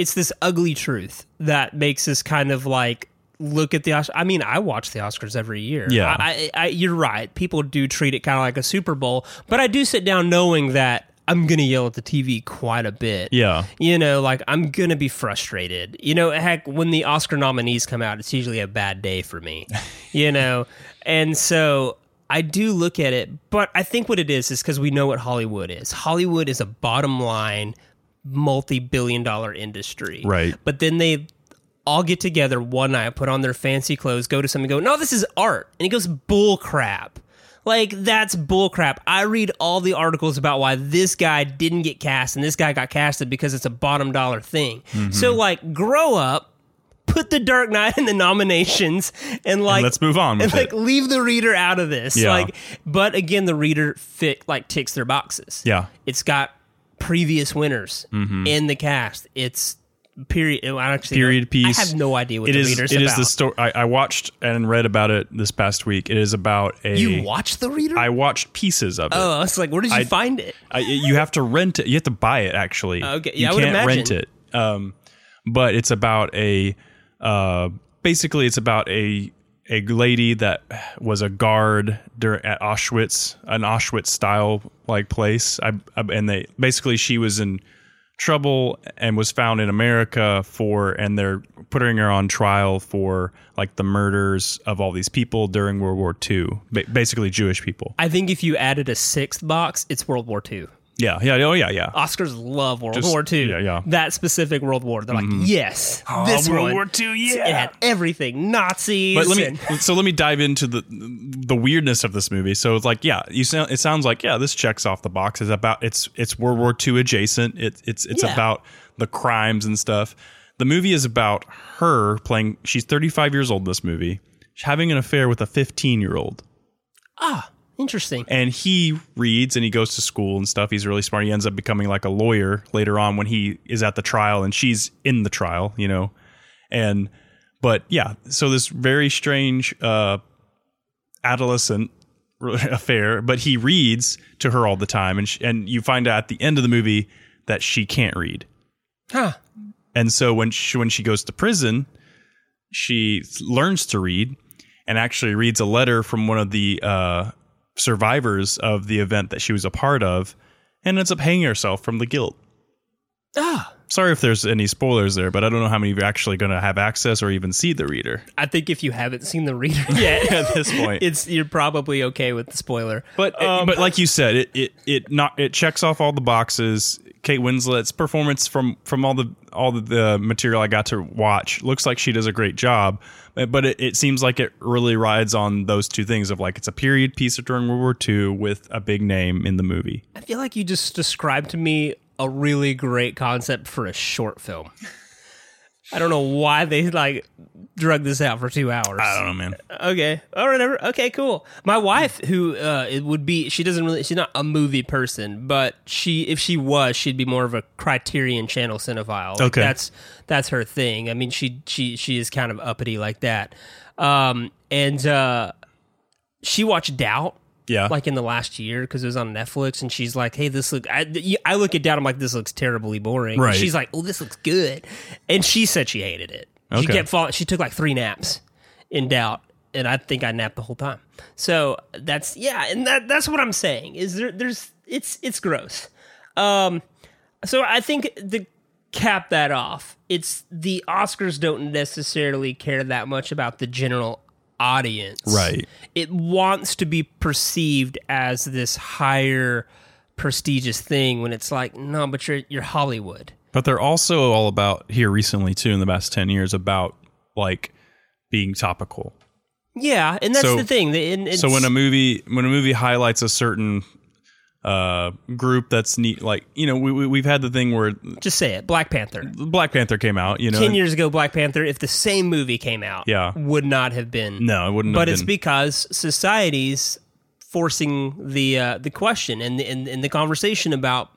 it's this ugly truth that makes us kind of like look at the Oscars. I mean, I watch the Oscars every year.
Yeah.
I, I, I, you're right. People do treat it kind of like a Super Bowl, but I do sit down knowing that I'm gonna yell at the TV quite a bit.
Yeah.
You know, like I'm gonna be frustrated. You know, heck, when the Oscar nominees come out, it's usually a bad day for me. you know, and so I do look at it, but I think what it is is because we know what Hollywood is. Hollywood is a bottom line, multi-billion-dollar industry,
Right.
But then they all get together one night, put on their fancy clothes, go to something, go, no, this is art. And it goes, bull crap. Like, that's bull crap. I read all the articles about why this guy didn't get cast and this guy got casted because it's a bottom dollar thing.
Mm-hmm.
So, like, grow up, put the Dark Knight in the nominations, and like,
let's move on
And
with
like,
it.
leave the reader out of this.
Yeah.
Like, but again, the reader fit like ticks their boxes.
Yeah.
It's got previous winners
Mm-hmm.
in the cast. It's period. I actually don't-
period piece.
I have no idea what
It
the
is-
reader's
It
about.
is the story. I, I watched and read about it this past week. It is about a.
you watch the reader?
I watched pieces of it.
oh, I was like, where did you
I-
find it?
I, you have to rent it. You have to buy it actually.
Oh, Okay,
you
yeah, I would
can't
imagine.
rent it. Um, but it's about a uh, basically it's about a a lady that was a guard dur- at Auschwitz, an Auschwitz style like place. I, I and they basically she was in trouble and was found in America for and they're putting her on trial for like the murders of all these people during World War II, ba- basically Jewish people.
I think if you added a sixth box, it's World War II.
Yeah, yeah, oh yeah, yeah.
Oscars love World
Just-
War II.
yeah, yeah. Mm-hmm. Oh,
That specific World War. They're like, yes, this
World
one,
War II, yeah.
It had everything. Nazis.
but let me
and-
so let me dive into the the weirdness of this movie. So it's like yeah, you sound it sounds like yeah, this checks off the box. It's about it's it's World War II adjacent. It's it's it's
Yeah.
about the crimes and stuff. The movie is about her playing. She's thirty five years old. in This movie, She's having an affair with a fifteen year old,
ah, Interesting.
and he reads and he goes to school and stuff. He's really smart. He ends up becoming like a lawyer later on when he is at the trial and she's in the trial. You know, and but yeah so this very strange uh adolescent affair but he reads to her all the time and she, and you find out at the end of the movie that she can't read
Huh.
and so when she, when she goes to prison she learns to read and actually reads a letter from one of the uh survivors of the event that she was a part of and ends up hanging herself from the guilt
Ah,
sorry if there's any spoilers there but i don't know how many of you are actually going to have access or even see the reader
I think if you haven't seen the reader yet,
at this point.
it's you're probably okay with the spoiler.
but uh,
Um,
but like you said, it it it not it checks off all the boxes. Kate Winslet's performance from from all the all the, the material I got to watch looks like she does a great job. Uh, But it, it seems like it really rides on those two things of like it's a period piece during World War II with a big name in the movie.
I feel like you just described to me a really great concept for a short film. I don't know why they like drug this out for two hours.
I don't know, man.
Okay. All right. ever- Okay. Cool. My wife, who uh, it would be, she doesn't really. She's not a movie person, but she, if she was, she'd be more of a Criterion Channel cinephile. Like,
Okay.
That's that's her thing. I mean, she she she is kind of uppity like that. Um, and uh, she watched Doubt
Yeah,
like in the last year because it was on Netflix, and she's like, "Hey, this look." I, you- I look it down. I'm like, "This looks terribly boring." And
Right.
she's like, "Oh, this looks good," and she said she hated it. She
Okay.
kept falling. She took like three naps in doubt, and I think I napped the whole time. So that's yeah, and that that's what I'm saying. Is there? There's it's it's gross. Um, so I think the cap that off. It's the Oscars don't necessarily care that much about the general audience.
Right.
It wants to be perceived as this higher prestigious thing when it's like, no, but you're you're Hollywood.
But they're also all about here recently too in the past ten years about like being topical.
Yeah, and that's
So-
the thing. The- and it's-
so when a movie when a movie highlights a certain uh group that's neat like you know we, we we've had the thing where
just say it, Black Panther.
black panther came out you know
Ten
and-
years ago, Black Panther, if the same movie came out,
Yeah.
would not have been
no it wouldn't
but
have
it's
been.
because society's forcing the uh, the question and the, and, and the conversation about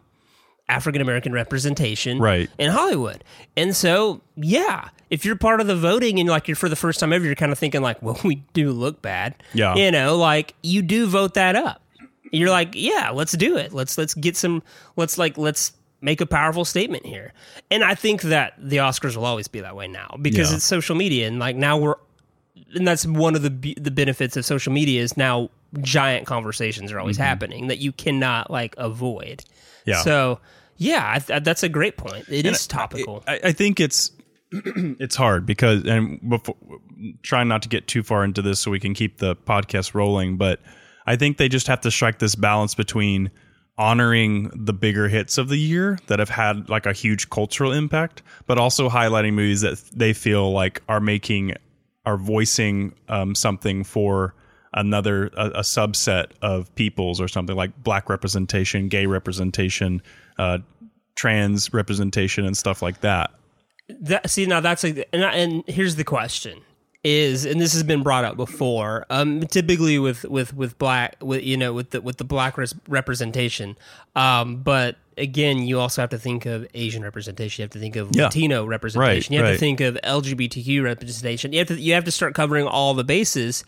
African American representation
Right.
in Hollywood. And so, yeah, if you're part of the voting and like you're for the first time ever, you're kind of thinking like, well, we do look bad.
Yeah.
You know, like you do vote that up. You're like, yeah, let's do it. Let's let's get some let's like let's make a powerful statement here. And I think that the Oscars will always be that way now because
Yeah.
it's social media and like now we're and that's one of the be- the benefits of social media is now giant conversations are always happening that you cannot like avoid.
Yeah.
So yeah, I th- that's a great point. It is topical.
I, I think it's it's hard because and before, trying not to get too far into this so we can keep the podcast rolling but i think they just have to strike this balance between honoring the bigger hits of the year that have had like a huge cultural impact but also highlighting movies that they feel like are making are voicing um, something for another a, a subset of peoples or something like black representation gay representation uh, trans representation and stuff like that
that, see now that's like and, I, and here's the question is and this has been brought up before um typically with with with black with you know with the with the black res- representation um but again you also have to think of asian representation you have to think of
Yeah.
latino representation you have
right.
to think of lgbtq representation you have to you have to start covering all the bases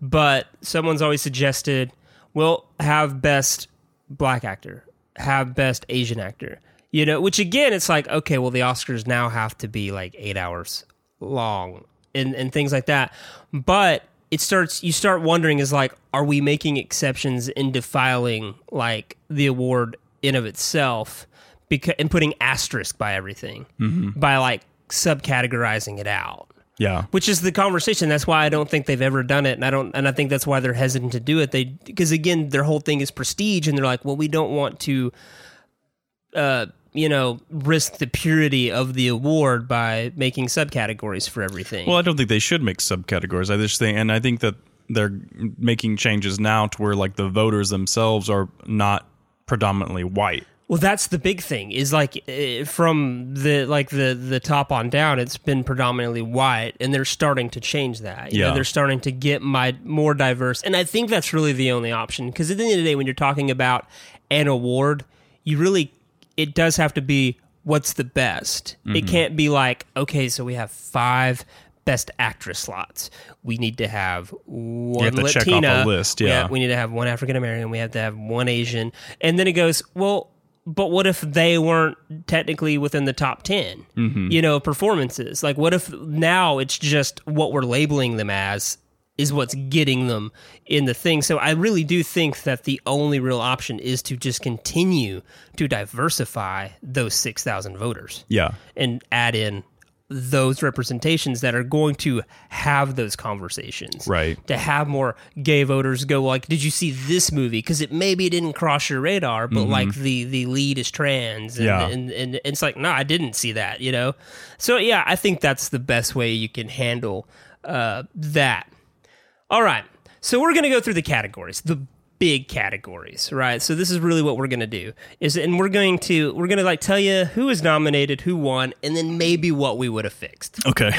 but someone's always suggested well have best black actor, have best Asian actor. You know, which again, it's like okay, well, the Oscars now have to be like eight hours long and and things like that. But it starts you start wondering is like, are we making exceptions in defiling like the award in of itself, because and putting asterisk by everything by like subcategorizing it out
yeah
which is the conversation. That's why I don't think they've ever done it, and I don't, and I think that's why they're hesitant to do it. They because again, their whole thing is prestige, and they're like, well, we don't want to uh, you know, risk the purity of the award by making subcategories for everything.
Well, I don't think they should make subcategories. I just think, and I think that they're making changes now to where like the voters themselves are not predominantly white.
Well, that's the big thing. Is like eh, from the like the the top on down, it's been predominantly white, and they're starting to change that. You know,
Yeah.
they're starting to get my more diverse, and I think that's really the only option. Because at the end of the day, when you're talking about an award, you really it does have to be what's the best. It can't be like okay, so we have five best actress slots. We need to have one
have to
Latina.
check off a list,
We
yeah.
have- we need to have one African American. We have to have one Asian. And then it goes, well, but what if they weren't technically within the top 10,
Mm-hmm.
you know, performances? Like, what if now it's just what we're labeling them as is what's getting them in the thing? So I really do think that the only real option is to just continue to diversify those 6,000 voters
Yeah.
and add in those representations that are going to have those conversations
Right.
to have more gay voters go like did you see this movie because it maybe didn't cross your radar but like the the lead is trans and,
Yeah.
and, and, it's like no i didn't see that you know so yeah i think that's the best way you can handle uh, that all right. So we're going to go through the categories, the big categories, right? So this is really what we're going to do is and we're going to we're going to like tell you who was nominated, who won, and then maybe what we would have fixed,
Okay.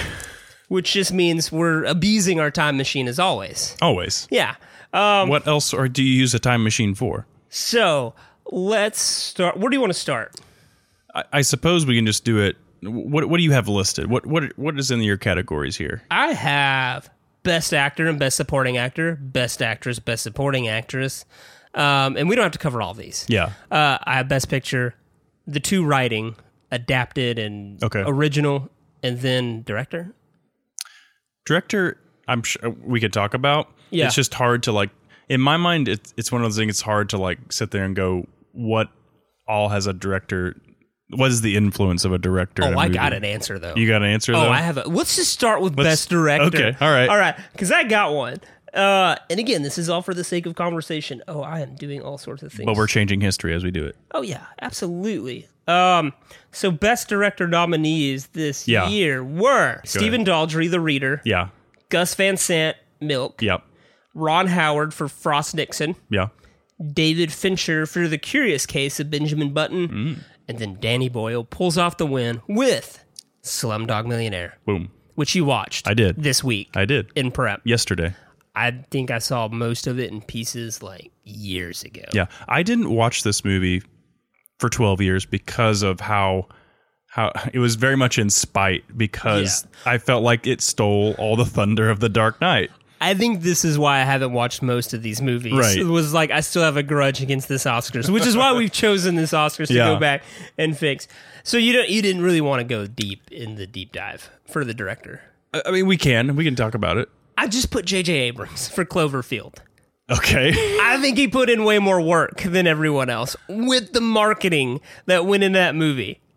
which just means we're abusing our time machine as always.
Always.
Yeah. Um
what else or do you use a time machine for?
so let's start. Where do you want to start?
I, I suppose we can just do it. What What do you have listed? What What What is in your categories here?
I have best actor and best supporting actor, best actress, best supporting actress. Um, and we don't have to cover all these.
Yeah.
Uh, I have Best Picture, the two writing, adapted and
Okay.
original, and then director.
director i'm sure we could talk about
Yeah.
it's just hard to like in my mind it's, it's one of those things it's hard to like sit there and go what all has a director what is the influence of a director in
Oh,
a
I
movie?
got an answer though.
you got an answer
oh,
though?
I have. A, let's just start with
Let's-
Best Director.
okay, all right.
all right, because I got one. Uh, and again, this is all for the sake of conversation. Oh, I am doing all sorts of things.
but we're changing history as we do it
Oh yeah, absolutely. Um, so best director nominees this
Yeah.
year were Stephen Daldry, The Reader,
yeah
Gus Van Sant, Milk,
yep
Ron Howard for Frost Nixon,
yeah
David Fincher for The Curious Case of Benjamin Button,
Mm.
and then Danny Boyle pulls off the win with Slumdog Millionaire,
boom
which you watched.
I did.
this week.
i did
in prep.
yesterday
I think I saw most of it in pieces like years ago.
yeah i didn't watch this movie for 12 years because of how how it was very much in spite because i felt like it stole all the thunder of the dark knight
I think this is why I haven't watched most of these movies.
Right.
It was like I still have a grudge against this Oscars, which is why we've chosen this Oscars to
Yeah.
go back and fix. So you don't you didn't really want to go deep in the deep dive for the director.
I- i mean we can we can talk about it
I just put J.J. Abrams for Cloverfield.
Okay.
I think he put in way more work than everyone else with the marketing that went in that movie.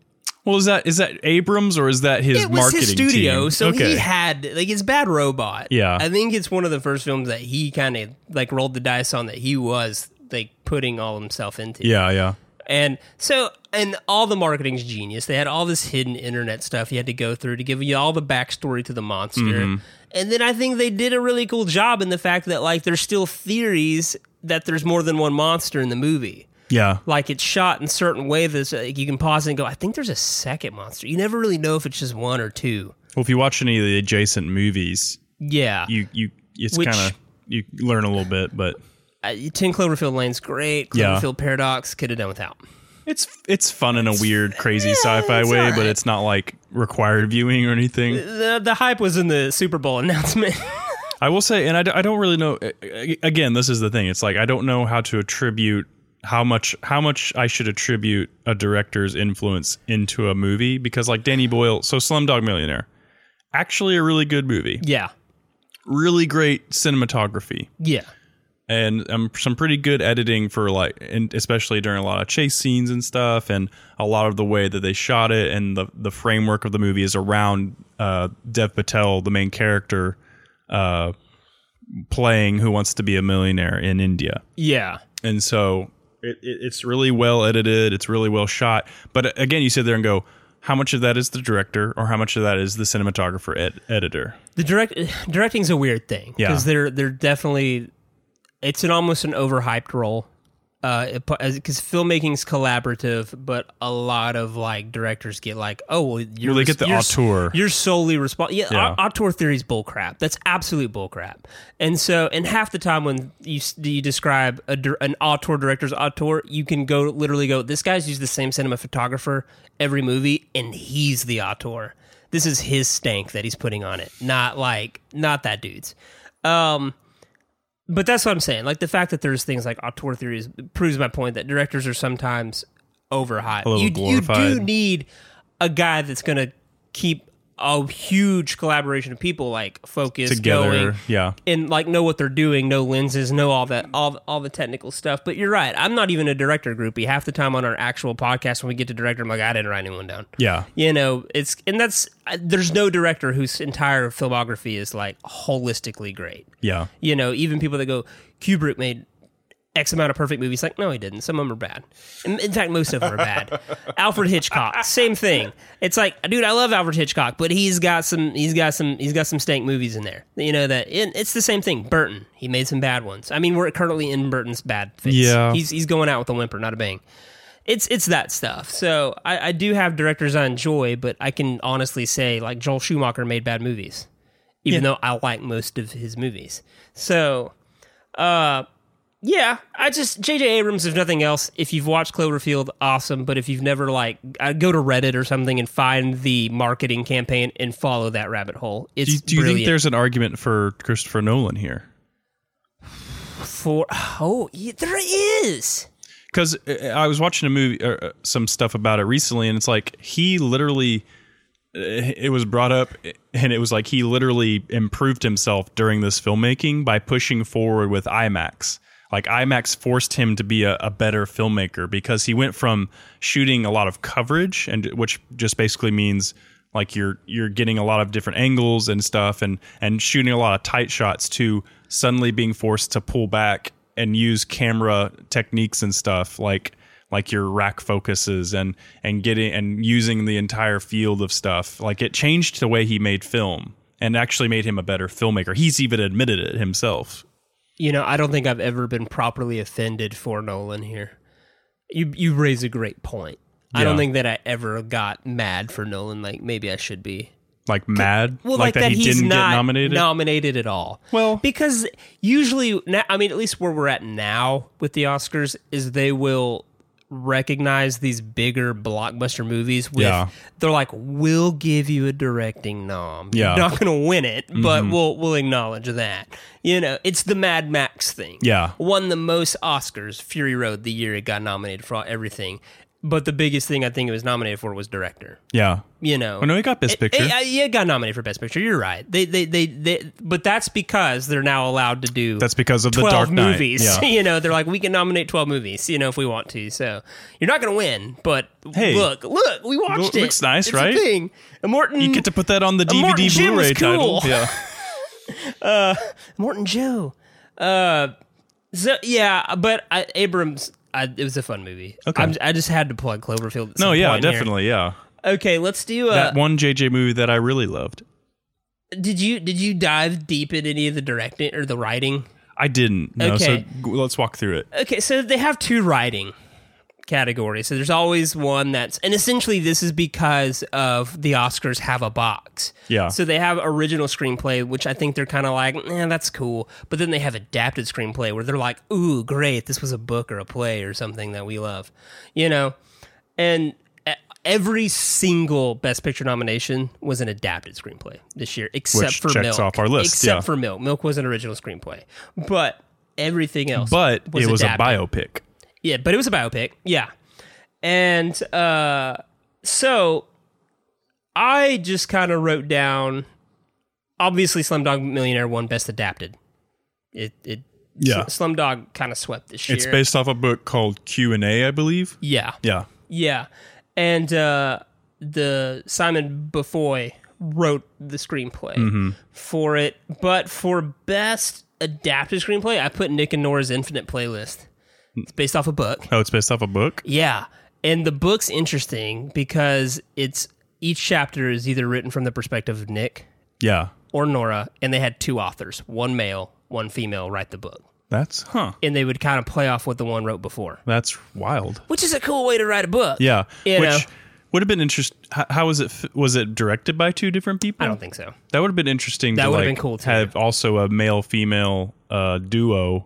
Well, is that is that Abrams or is that his
It was
marketing
his studio,
team?
so
okay.
he had like his Bad Robot.
Yeah.
I think it's one of the first films that he kind of like rolled the dice on that he was like putting all himself into.
yeah, yeah,
And so, and all the marketing's genius. They had all this hidden internet stuff you had to go through to give you all the backstory to the monster.
Mm-hmm.
And then I think they did a really cool job in the fact that, like, there's still theories that there's more than one monster in the movie.
yeah.
Like, it's shot in certain way that like, you can pause and go, I think there's a second monster. You never really know if it's just one or two.
Well, if you watch any of the adjacent movies,
Yeah.
you you it's
Which-
kind of you learn a little bit, but
Uh, 10 Cloverfield Lane's great.
Yeah.
Cloverfield Paradox could have done without.
it's it's fun in a weird, crazy sci-fi
it's
way,
alright.
but it's not like required viewing or anything.
The, the hype was in the Super Bowl announcement.
I will say, and I, d- I don't really know. a- a- Again, this is the thing. It's like I don't know how to attribute how much how much I should attribute a director's influence into a movie because, like Danny Boyle, so Slumdog Millionaire, actually a really good movie,
yeah.
really great cinematography,
Yeah.
and um, some pretty good editing for like, and especially during a lot of chase scenes and stuff, and a lot of the way that they shot it and the the framework of the movie is around uh, Dev Patel, the main character. Uh, playing Who Wants to Be a Millionaire in India.
Yeah.
And so It, it, it's really well edited. It's really well shot. But uh, again, you sit there and go, how much of that is the director, or how much of that is the cinematographer ed- editor?
The direct directing's a weird thing
Yeah.
because they're they're definitely it's an almost an overhyped role Uh, because filmmaking's collaborative, but a lot of like directors get like, oh, well, you're
Well, they get the
you're,
auteur.
You're solely responsible. Yeah,
Yeah.
au- auteur theory's bullcrap. That's absolute bullcrap. And so, and half the time when you s- you describe a, dir- an auteur director's auteur, you can go literally go, this guy's used the same cinema photographer every movie, and he's the auteur. This is his stank that he's putting on it, not like not that dude's. Um, but that's what I'm saying. Like the fact that there's things like auteur theories proves my point that directors are sometimes overhyped.
A little
you, you do
glorified.
need a guy that's going to keep a huge collaboration of people like focused
Together,
going,
yeah.
and like know what they're doing, know lenses, know all that, all all the technical stuff. But you're right. I'm not even a director groupie. Half the time on our actual podcast, when we get to director, I'm like, I didn't write anyone down.
Yeah.
You know, it's and that's uh, there's no director whose entire filmography is like holistically great.
Yeah.
You know, even people that go, Kubrick made X amount of perfect movies. Like, no, he didn't. Some of them are bad. In, in fact, most of them are bad. Alfred Hitchcock, same thing. It's like, dude, I love Alfred Hitchcock, but he's got some, he's got some, he's got some stank movies in there. You know that and it's the same thing. Burton, he made some bad ones. I mean, we're currently in Burton's bad phase.
Yeah.
he's he's going out with a whimper, not a bang. It's it's that stuff. So I, I do have directors I enjoy, but I can honestly say like Joel Schumacher made bad movies, even though I like most of his movies. So uh, yeah, I just J.J. Abrams. If nothing else, if you've watched Cloverfield, awesome. But if you've never like, I go to Reddit or something and find the marketing campaign and follow that rabbit hole. It's
Do, do you think
brilliant.
there's an argument for Christopher Nolan here?
for oh yeah, there is
because uh, I was watching a movie, or uh, some stuff about it recently, and it's like he literally, uh, it was brought up, and it was like he literally improved himself during this filmmaking by pushing forward with IMAX. Like IMAX forced him to be a, a better filmmaker because he went from shooting a lot of coverage, and which just basically means like you're you're getting a lot of different angles and stuff, and and shooting a lot of tight shots to suddenly being forced to pull back and use camera techniques and stuff like like your rack focuses and and getting and using the entire field of stuff like it changed the way he made film and actually made him a better filmmaker he's even admitted it himself
You know, I don't think I've ever been properly offended for Nolan here. You you raise a great point. I don't
Yeah.
think that I ever got mad for Nolan. Like maybe I should be.
like mad
Well, like, that,
he
he's
didn't
not
get nominated
nominated at all.
Well-
because usually, now, I mean, at least where we're at now with the Oscars is they will recognize these bigger blockbuster movies with
Yeah.
they're like we'll give you a directing nom
Yeah. Mm-hmm.
you're not gonna win it but we'll we'll acknowledge that you know it's the mad max thing
Yeah.
won the most oscars fury road the year it got nominated for everything but the biggest thing i think it was nominated for was director
yeah
you know.
Well, Oh, no, he got Best
It-
Picture.
It, uh, yeah, it got nominated for Best Picture. You're right. They, they, they, they, but that's because they're now allowed to do.
That's because of The
12
Dark Knight.
movies.
Yeah.
you know, they're like we can nominate twelve movies. You know, if we want to. So you're not going to win, but
Hey.
look, look, we watched
Look-
it.
looks nice,
It's a
right?
thing. And Morton,
you get to put that on the
Uh, Morton
dvd
Jim was
blu-ray
cool.
title yeah
Morton Joe. Uh, so yeah, but I, Abrams. I, it was a fun movie.
Okay.
I'm, I just had to plug Cloverfield. At
no
some
yeah
point here.
definitely yeah
Okay, let's do. Uh,
that one jj movie that i really loved
Did you did you dive deep in any of the directing or the writing?
i didn't no so
Okay.
g- let's walk through it
Okay, so they have two writing categories. So there's always one that's and essentially this is because of the Oscars have a box.
Yeah.
So they have original screenplay, which I think they're kind of like, eh, that's cool. But then they have adapted screenplay where they're like, ooh, great, this was a book or a play or something that we love, you know. And e- every single Best Picture nomination was an adapted screenplay this year, except
Which
for
checks
Milk.
off our list,
Except
yeah.
for Milk. Milk was an original screenplay, but everything else.
but
was
it was
adapted.
a biopic
Yeah, but it was a biopic. Yeah. And uh, so I just kind of wrote down obviously Slumdog Millionaire won Best Adapted. It it
Yeah.
Sl- Slumdog kind of swept this year.
It's based off a book called Q and A, I believe.
Yeah.
Yeah,
Yeah. And uh, the Simon Befoy wrote the screenplay for it, but for best adapted screenplay, I put Nick and Nora's Infinite Playlist It's based off a book.
Oh, it's based off a book.
Yeah. And the book's interesting because it's each chapter is either written from the perspective of Nick
Yeah,
or Nora, and they had two authors, one male, one female, write the book.
that's huh.
And they would kind of play off what the one wrote before,
That's wild.
which is a cool way to write a book.
Yeah,
You
which
know.
would have been interesting. How, how was it? f- Was it directed by two different people?
I don't think so.
that would have been interesting.
That
to,
would have
like,
been cool, too.
Have also a male female uh, duo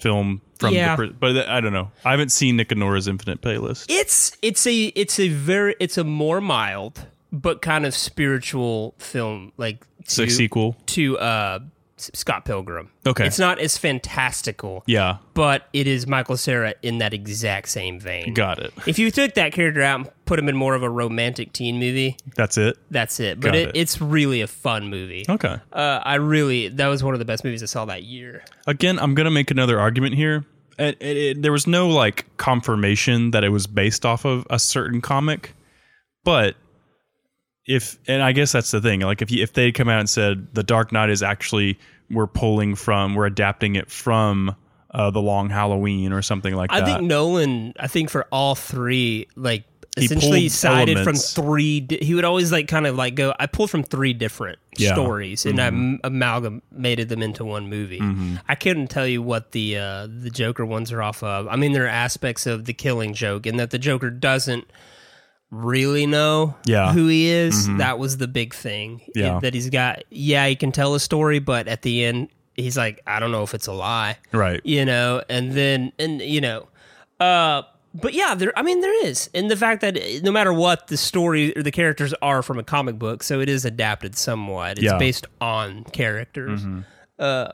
film from.
Yeah.
the pr- but I don't know. I haven't seen Nick and Nora's Infinite Playlist.
It's it's a it's a very it's a more mild but kind of spiritual film like
It's
to-
a sequel.
to uh, S- Scott Pilgrim.
Okay.
it's not as fantastical.
Yeah,
but it is Michael Cera in that exact same vein.
got it.
If you took that character out and put him in more of a romantic teen movie,
That's it.
that's it. But
Got
it,
it. Oh.
it's really a fun movie.
Okay.
Uh, I really that was one of the best movies I saw that year.
Again, I'm gonna make another argument here. It, it, it, there was no like confirmation that it was based off of a certain comic, but if and I guess that's the thing. Like if you, if they come out and said the Dark Knight is actually we're pulling from we're adapting it from uh, the Long Halloween or something like
I
that.
think Nolan. I think for all three, like
He
essentially
pulled
cited
elements.
from three. Di- he would always like kind of like go. I pulled from three different
Yeah. Mm-hmm.
stories and I am amalgamated them into one movie. I couldn't tell you what the uh, the Joker ones are off of. I mean, there are aspects of the Killing Joke and that the Joker doesn't really know
Yeah. Mm-hmm.
who he is. That was the big thing.
Yeah.
that he's got. Yeah, he can tell a story, but at the end, he's like, I don't know if it's a lie
right.
you know and then and you know uh but yeah there i mean there is and the fact that eh, no matter what the story or the characters are from a comic book so it is adapted somewhat it's
Yeah. Mm-hmm.
based on characters uh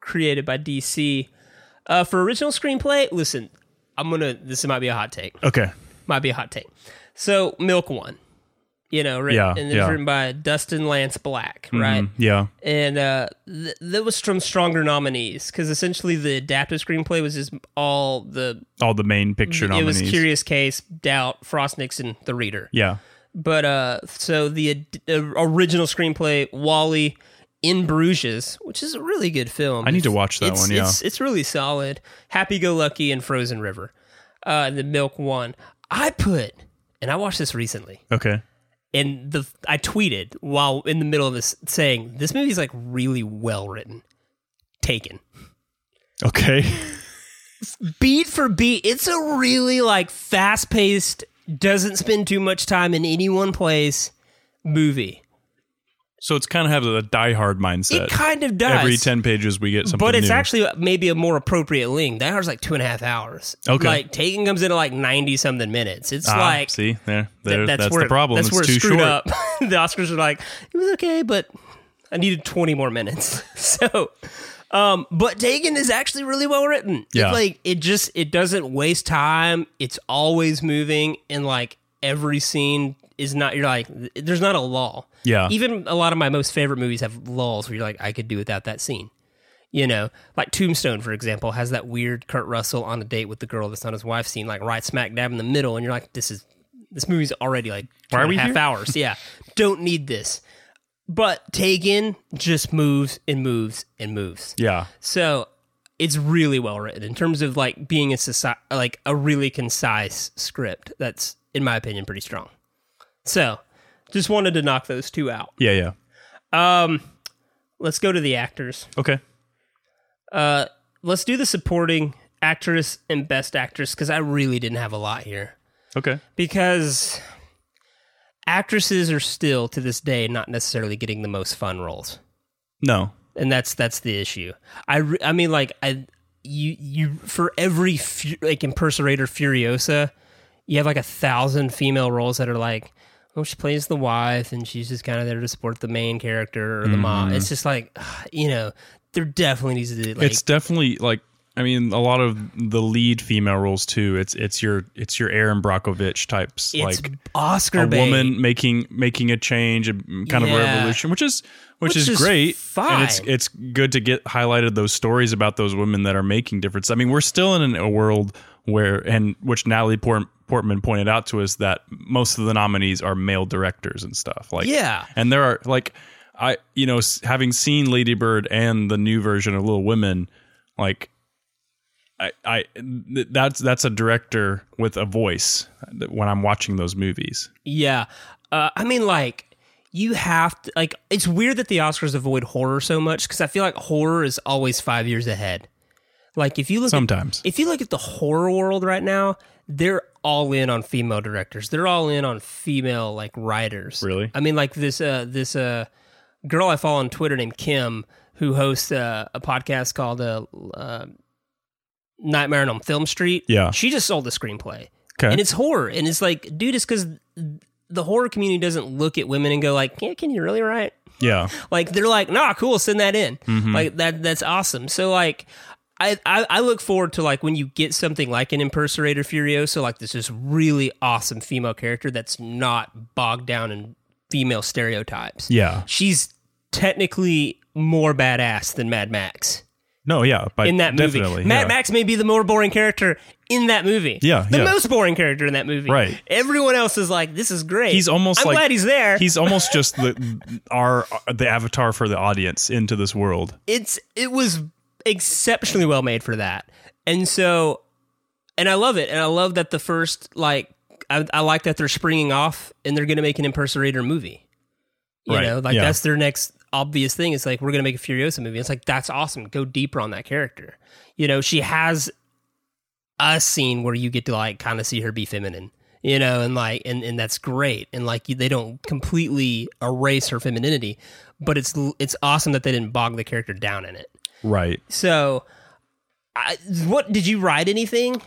created by dc uh for original screenplay listen i'm gonna this might be a hot take
Okay.
might be a hot take so milk one you know written,
Yeah,
and it's
yeah. Mm-hmm.
written by dustin lance black right
Mm, Yeah.
and uh, th- that was from stronger nominees because essentially the adaptive screenplay was just all the
All the main picture
it
nominees.
was Curious Case, Doubt, Frost Nixon, The Reader.
Yeah.
But uh, so the ad- uh, original screenplay, Wally, In Bruges, which is a really good film.
I need to
It's-
watch that
it's-
one, yeah.
it's it's really solid. Happy Go Lucky and Frozen River, uh, and the Milk one. I put and I watched this recently
Okay.
and the I tweeted while in the middle of this saying this movie's like really well written, taken
Okay.
beat for beat. It's a really like fast paced, doesn't spend too much time in any one place movie.
so it's kind of have a diehard mindset.
It kind of does
Every ten pages we get something.
but it's
new.
actually maybe a more appropriate length. That hour's like two and a half hours.
Okay.
like Taken comes in at like ninety something minutes. It's
Ah,
like
see there,
th-
there that's,
where
the problem.
That's
it's
where it
too
screwed
short.
up. the Oscars are like, it was okay, but I needed twenty more minutes. so, um, but Taken is actually really well written. It's
Yeah.
like it just it doesn't waste time. It's always moving, and like every scene is not. You're like, there's not a lull.
Yeah.
Even a lot of my most favorite movies have lulls where you're like, I could do without that scene. You know, like Tombstone, for example, has that weird Kurt Russell on a date with the girl that's not his wife scene, like right smack dab in the middle, and you're like, this is this movie's already like two
Why are
and a
we
half
here?
hours. Yeah, don't need this. But Taken just moves and moves and moves.
Yeah,
So it's really well written in terms of like being a society, like a really concise script. That's in my opinion pretty strong. So just wanted to knock those two out.
yeah, yeah.
Let's go to the actors.
Okay,
Let's do the supporting actress and best actress because I really didn't have a lot here.
okay.
because actresses are still to this day not necessarily getting the most fun roles
No,
and that's that's the issue i re- i mean like i you you for every fu- like impersonator furiosa you have like a thousand female roles that are like well she plays the wife and she's just kind of there to support the main character or the
Mm-hmm.
mom it's just like you know there definitely needs to be like
it's definitely like I mean a lot of the lead female roles too. It's it's your it's your Aaron Brockovich types
it's
like
oscar
a
bait.
woman making making a change, a kind of a
Yeah.
revolution, which is which,
Which
is,
is
great. And it's
fine.
it's good to get highlighted those stories about those women that are making difference. I mean, we're still in a world where and which Natalie Port- Portman pointed out to us that most of the nominees are male directors and stuff. Like
Yeah.
and there are like I you know s- having seen Lady Bird and the new version of Little Women, like I, I th- that's that's a director with a voice that- when I'm watching those movies.
Yeah. Uh, I mean, like, you have to, like, it's weird that the Oscars avoid horror so much because I feel like horror is always five years ahead. Like, if you look
Sometimes.
at, if you look at the horror world right now, they're all in on female directors. They're all in on female like writers.
Really?
I mean, like this uh, this uh, girl I follow on Twitter named Kim who hosts uh, a podcast called uh, uh, Nightmare on Elm Film Street.
Yeah.
she just sold the screenplay.
Okay.
And it's horror. And it's like, dude, it's because the horror community doesn't look at women and go like, yeah, can you really write?
Yeah,
Like they're like, nah, cool, send that in.
Mm-hmm.
Like that that's awesome. So like I, I, I look forward to like when you get something like an impersonator furioso, like this is really awesome female character that's not bogged down in female stereotypes.
yeah.
She's technically more badass than Mad Max
No, yeah. By,
in that movie.
definitely,
Mad
yeah.
Max may be the more boring character in that movie.
Yeah,
the
yeah.
most boring character in that movie.
Right.
Everyone else is like, "This is great."
He's almost
I'm
like
glad he's there.
He's almost just the our the avatar for the audience into this world.
it's it was exceptionally well made for that, and so, and I love it, and I love that the first like I, I like that they're springing off and they're going to make an impersonator movie. You
Right,
know, like
yeah.
that's their next obvious thing. It's like we're going to make a Furiosa movie. It's like that's awesome. Go deeper on that character. You know, she has a scene where you get to like kind of see her be feminine you know and like and, and that's great and like you, they don't completely erase her femininity but it's l- it's awesome that they didn't bog the character down in it
Right.
so I, what did you write anything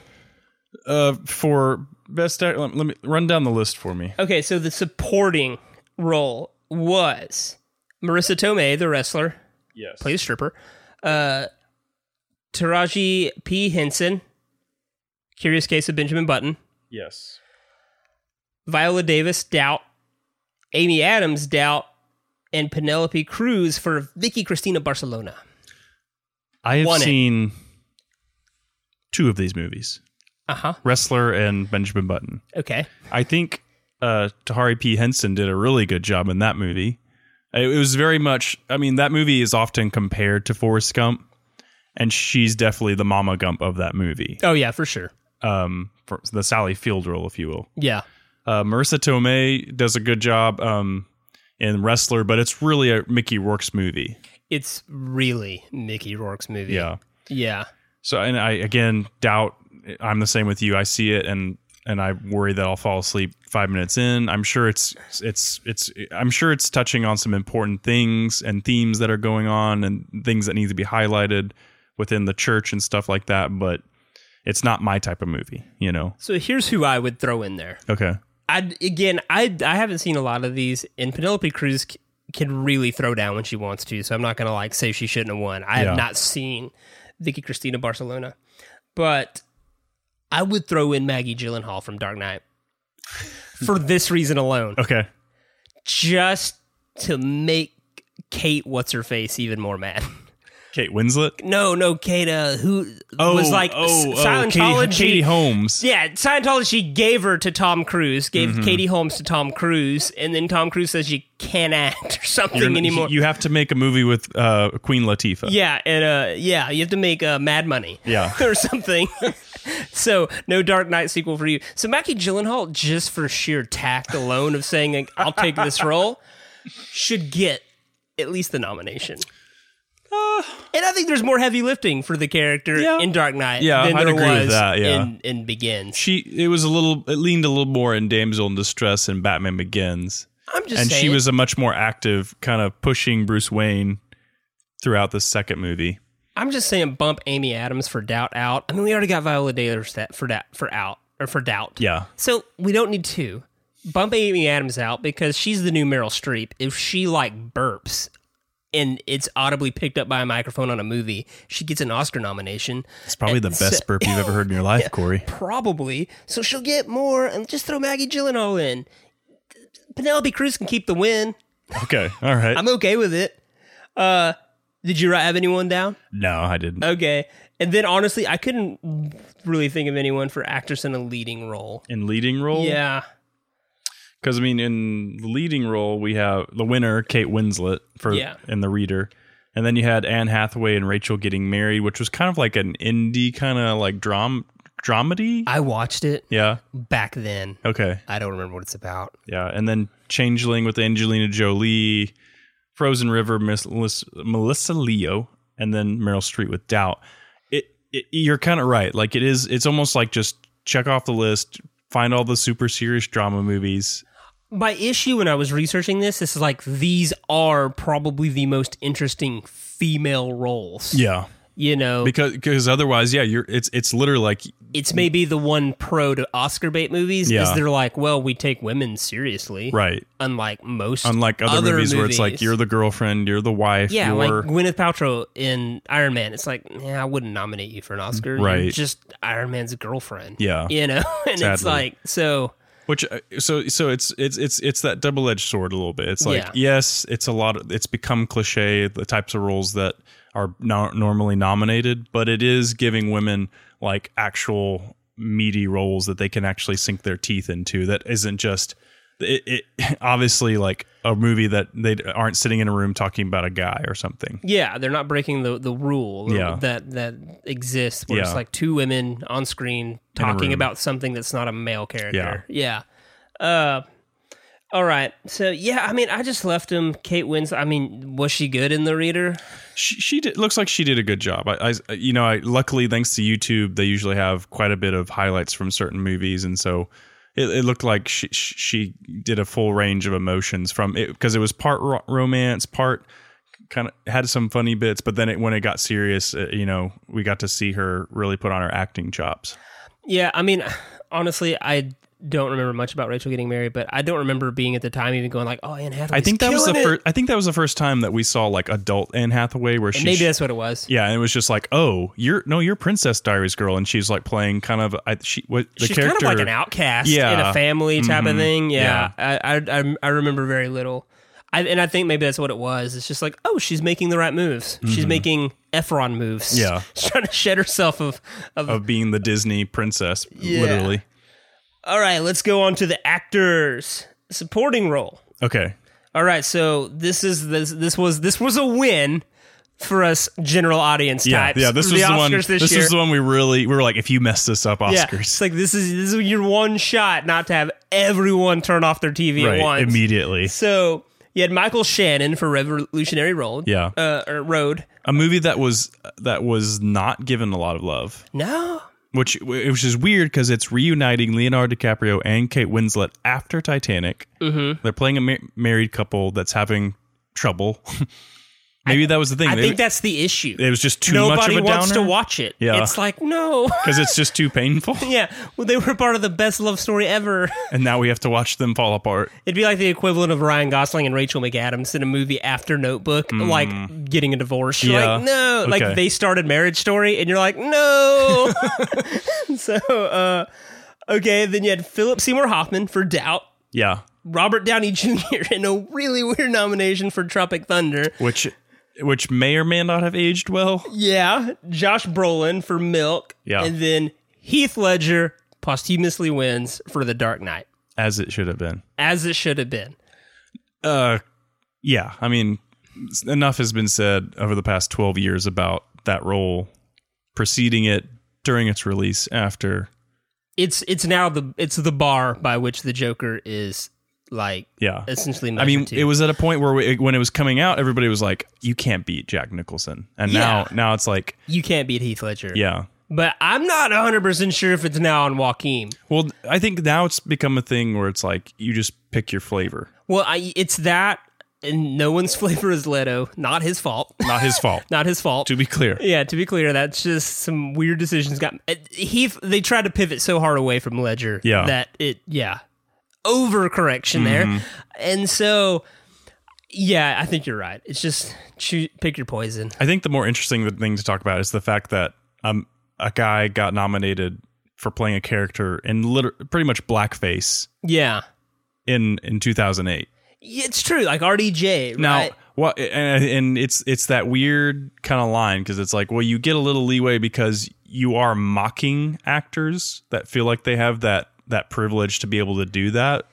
Uh, for best act, let, let me run down the list for me.
okay so the supporting role was marissa tomei the wrestler
Yes.
plays stripper uh taraji p henson curious case of benjamin button
Yes.
Viola Davis, Doubt, Amy Adams, Doubt, and Penelope Cruz for Vicky Cristina Barcelona.
I have
Won it.
seen two of these movies,
Uh huh.
Wrestler and Benjamin Button.
Okay.
I think uh, Tahari P. Henson did a really good job in that movie. It was very much, I mean, that movie is often compared to Forrest Gump, and she's definitely the Mama Gump of that movie,
Oh yeah, for sure.
um, for the Sally Field role, if you will.
Yeah.
Uh, Marissa Tomei does a good job um, in Wrestler, but it's really a Mickey Rourke's movie.
It's really Mickey Rourke's movie.
Yeah.
Yeah.
So, and I again doubt. I'm the same with you. I see it, and and I worry that I'll fall asleep five minutes in. I'm sure it's it's it's. I'm sure it's touching on some important things and themes that are going on and things that need to be highlighted within the church and stuff like that. But it's not my type of movie, you know.
So here's who I would throw in there.
Okay.
I again, I I haven't seen a lot of these, and Penelope Cruz c- can really throw down when she wants to. So I'm not gonna like say she shouldn't have won. I
Yeah.
have not seen Vicky Cristina Barcelona, but I would throw in Maggie Gyllenhaal from Dark Knight for this reason alone,
Okay.
just to make Kate what's her face even more mad.
Kate Winslet.
No, no, Kate, uh, who was like
oh,
s-
oh, Katie,
Scientology.
Katie Holmes.
Yeah, Scientology gave her to Tom Cruise, gave
Mm-hmm.
Katie Holmes to Tom Cruise, and then Tom Cruise says you can't act or something
You're-
anymore.
You have to make a movie with uh, Queen Latifah.
yeah, and uh, yeah, you have to make uh, Mad Money,
Yeah.
or something. so no Dark Knight sequel for you. So Mackie Gyllenhaal, just for sheer tact alone of saying like, I'll take this role, should get at least the nomination. and I think there's more heavy lifting for the character
Uh. Yeah.
in Dark Knight
Yeah,
than
I'd
there
agree
was
with that, yeah.
in, in Begins.
she it was a little it leaned a little more in damsel in distress and batman begins
I'm just
and
saying.
she was a much more active kind of pushing bruce wayne throughout the second movie
I'm just saying, bump Amy Adams for doubt out. I mean, we already got Viola Davis that for that for out or for doubt.
yeah
So we don't need to bump Amy Adams out because she's the new Meryl Streep. If she like burps and it's audibly picked up by a microphone on a movie, she gets an Oscar nomination.
it's probably the
And
best
so-
burp you've ever heard in your life corey
Probably. So she'll get more and just throw Maggie Gyllenhaal in. Penelope Cruz can keep the win.
okay all right
I'm okay with it. Uh, did you have anyone down?
no i didn't
Okay. And then honestly, I couldn't really think of anyone for actress in a leading role.
in leading role
Yeah.
because i mean in the leading role we have the winner kate winslet for
Yeah.
in the reader And then you had Anne Hathaway and Rachel getting married, which was kind of like an indie kind of like dram dramedy.
I watched it
yeah.
back then.
Okay.
I don't remember what it's about.
Yeah, and then Changeling with Angelina Jolie, Frozen River, Miss, Melissa, Melissa Leo, and then Meryl Streep with Doubt. It, it you're kind of right. Like it is. It's almost like just check off the list. Find all the super serious drama movies.
My issue when I was researching this, this is like these are probably the most interesting female roles.
Yeah,
You know,
because because otherwise, yeah, you're. It's it's literally like
it's maybe the one pro to Oscar bait movies
Yeah.
is they're like, well, we take women seriously.
right.
Unlike most
Unlike other, movies, where it's like
movies.
you're the girlfriend, you're the wife,
Yeah,
you're
like Gwyneth Paltrow in Iron Man. It's like, yeah, I wouldn't nominate you for an Oscar. You're
Right.
just Iron Man's girlfriend.
Yeah.
You know? And it's
Sadly.
like, so
Which uh, so so it's it's it's it's that double edged sword a little bit. It's like
Yeah.
yes, it's a lot. Of, it's become cliche the types of roles that are no, normally nominated, but it is giving women like actual meaty roles that they can actually sink their teeth into. That isn't just it. it obviously, like a movie that they aren't sitting in a room talking about a guy or something.
yeah, they're not breaking the, the rule
Yeah.
that that exists where
Yeah.
it's like two women on screen
a
talking
room.
about something that's not a male character. Yeah. Uh all right. So yeah, I mean I just left him Kate Winslet. I mean, was she good in the reader?
she, she did, looks like she did a good job. I, I you know, I luckily thanks to YouTube, they usually have quite a bit of highlights from certain movies, and so it, it looked like she she did a full range of emotions from it because it was part ro- romance, part kind of had some funny bits, but then it, when it got serious, uh, you know, we got to see her really put on her acting chops.
Yeah, I mean, honestly, I don't remember much about Rachel getting married, but I don't remember being at the time even going like, "Oh, Anne Hathaway."
I think that was the first. I think that was the first time that we saw like adult Anne Hathaway, where she
Maybe that's what it was.
Yeah, and it was just like, oh, you're no, you're Princess Diaries girl, and she's like playing kind of I, she what the
She's
character
kind of like an outcast
Yeah.
in a family type of
Mhm.
thing. Yeah, I, I I I remember very little, I, and I think maybe that's what it was. It's just like, oh, she's making the right moves. She's making Efron moves.
Mm-hmm. Yeah.
she's trying to shed herself of of.
of being the Disney princess,
Yeah.
literally.
All right, let's go on to the actors supporting role.
Okay,
All right, so this is this this was this was a win for us general audience
yeah,
types.
yeah. This
for
was
the
the,
Oscars
one.
this,
This,
year.
is the one we really we were like, if you mess this up,
yeah,
Oscars,
it's like this is this is your one shot not to have everyone turn off their TV
right
at once.
immediately.
So you had Michael Shannon for Revolutionary Road.
Yeah.
uh, or Road.
A movie that was that was not given a lot of love,
No,
which which is weird because it's reuniting Leonardo DiCaprio and Kate Winslet after Titanic. Mm-hmm. They're playing a mar- married couple that's having trouble. Maybe that was the thing.
I
They-
think that's the issue.
it was just too
Nobody
much of a
wants
downer?
to watch it.
Yeah.
it's like no.
because it's just too painful.
yeah, well, they were part of the best love story ever.
And now we have to watch them fall apart.
It'd be like the equivalent of Ryan Gosling and Rachel McAdams in a movie after Notebook, like getting a divorce. You're
Hmm. Yeah.
like, no,
Okay.
like they started Marriage Story, and you're like, no. so, uh, okay, then you had Philip Seymour Hoffman for Doubt,
Yeah,
Robert Downey Jr. in a really weird nomination for Tropic Thunder.
which which may or may not have aged well.
Yeah, Josh Brolin for Milk.
Yeah.
and then Heath Ledger posthumously wins for The Dark Knight,
as it should have been.
as it should have been.
Uh, yeah. I mean, s- enough has been said over the past twelve years about that role, preceding it, during its release, after.
it's it's now the it's the bar by which the Joker is like
Yeah.
essentially.
I mean,
measured to.
it was at a point where we, when it was coming out, everybody was like, "You can't beat Jack Nicholson," and now
Yeah.
now it's like,
you can't beat Heath Ledger.
yeah.
but I'm not 100 percent sure if it's now on Joaquin.
Well, I think now it's become a thing where it's like you just pick your flavor.
Well, I it's that and no one's flavor is Leto. Not his fault.
Not his fault.
not his fault.
to be clear.
yeah, to be clear, that's just some weird decisions. Got uh, Heath. They tried to pivot so hard away from Ledger.
Yeah. Mm-hmm.
that it. Yeah, overcorrection there, and so. Yeah, I think you're right. It's just choose, pick your poison.
I think the more interesting thing to talk about is the fact that um a guy got nominated for playing a character in liter- pretty much blackface
Yeah.
in in 2008.
It's true, like RDJ.
Now,
right?
what and, and it's it's that weird kind of line because it's like, well, you get a little leeway because you are mocking actors that feel like they have that that privilege to be able to do that.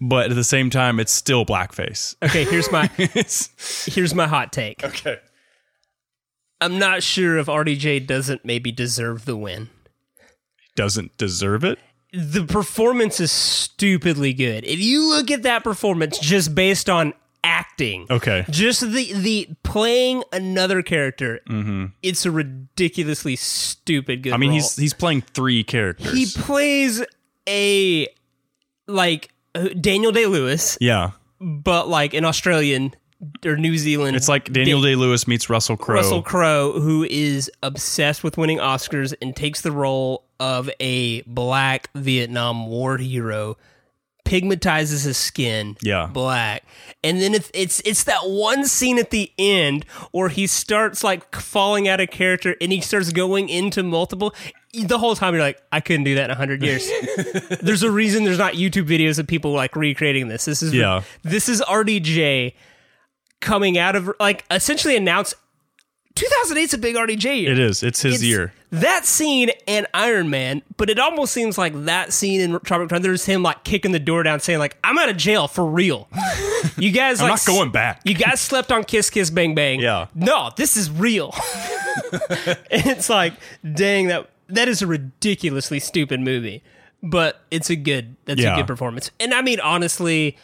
but at the same time, it's still blackface.
Okay, here's my
It's-
here's my hot take.
okay.
I'm not sure if RDJ doesn't maybe deserve the win.
Doesn't deserve it.
The performance is stupidly good. If you look at that performance just based on acting,
Okay.
just the the playing another character, it's a ridiculously stupid good.
Mm-hmm. I mean,
role.
he's he's playing three characters.
he plays a like uh, Daniel Day Lewis,
yeah.
but like an Australian or New Zealand.
It's like Daniel Day Lewis meets Russell Crowe.
Russell Crowe, who is obsessed with winning Oscars and takes the role of a black Vietnam War hero, pigmatizes his skin,
Yeah.
black, and then it's it's it's that one scene at the end where he starts like falling out of character and he starts going into multiple. The whole time you're like, I couldn't do that in hundred years. there's a reason there's not YouTube videos of people like recreating this. This is
Yeah.
This is RDJ coming out of like essentially announced 2008's a big RDJ year.
It is. It's his
It's
year.
That scene and Iron Man, but it almost seems like that scene in Tropic Thunder is him like kicking the door down, saying like, "I'm out of jail for real." You guys,
I'm
like,
not going back.
You guys slept on Kiss Kiss Bang Bang.
Yeah.
No, this is real. and it's like, dang that that is a ridiculously stupid movie, but it's a good that's
Yeah.
a good performance. And I mean, honestly,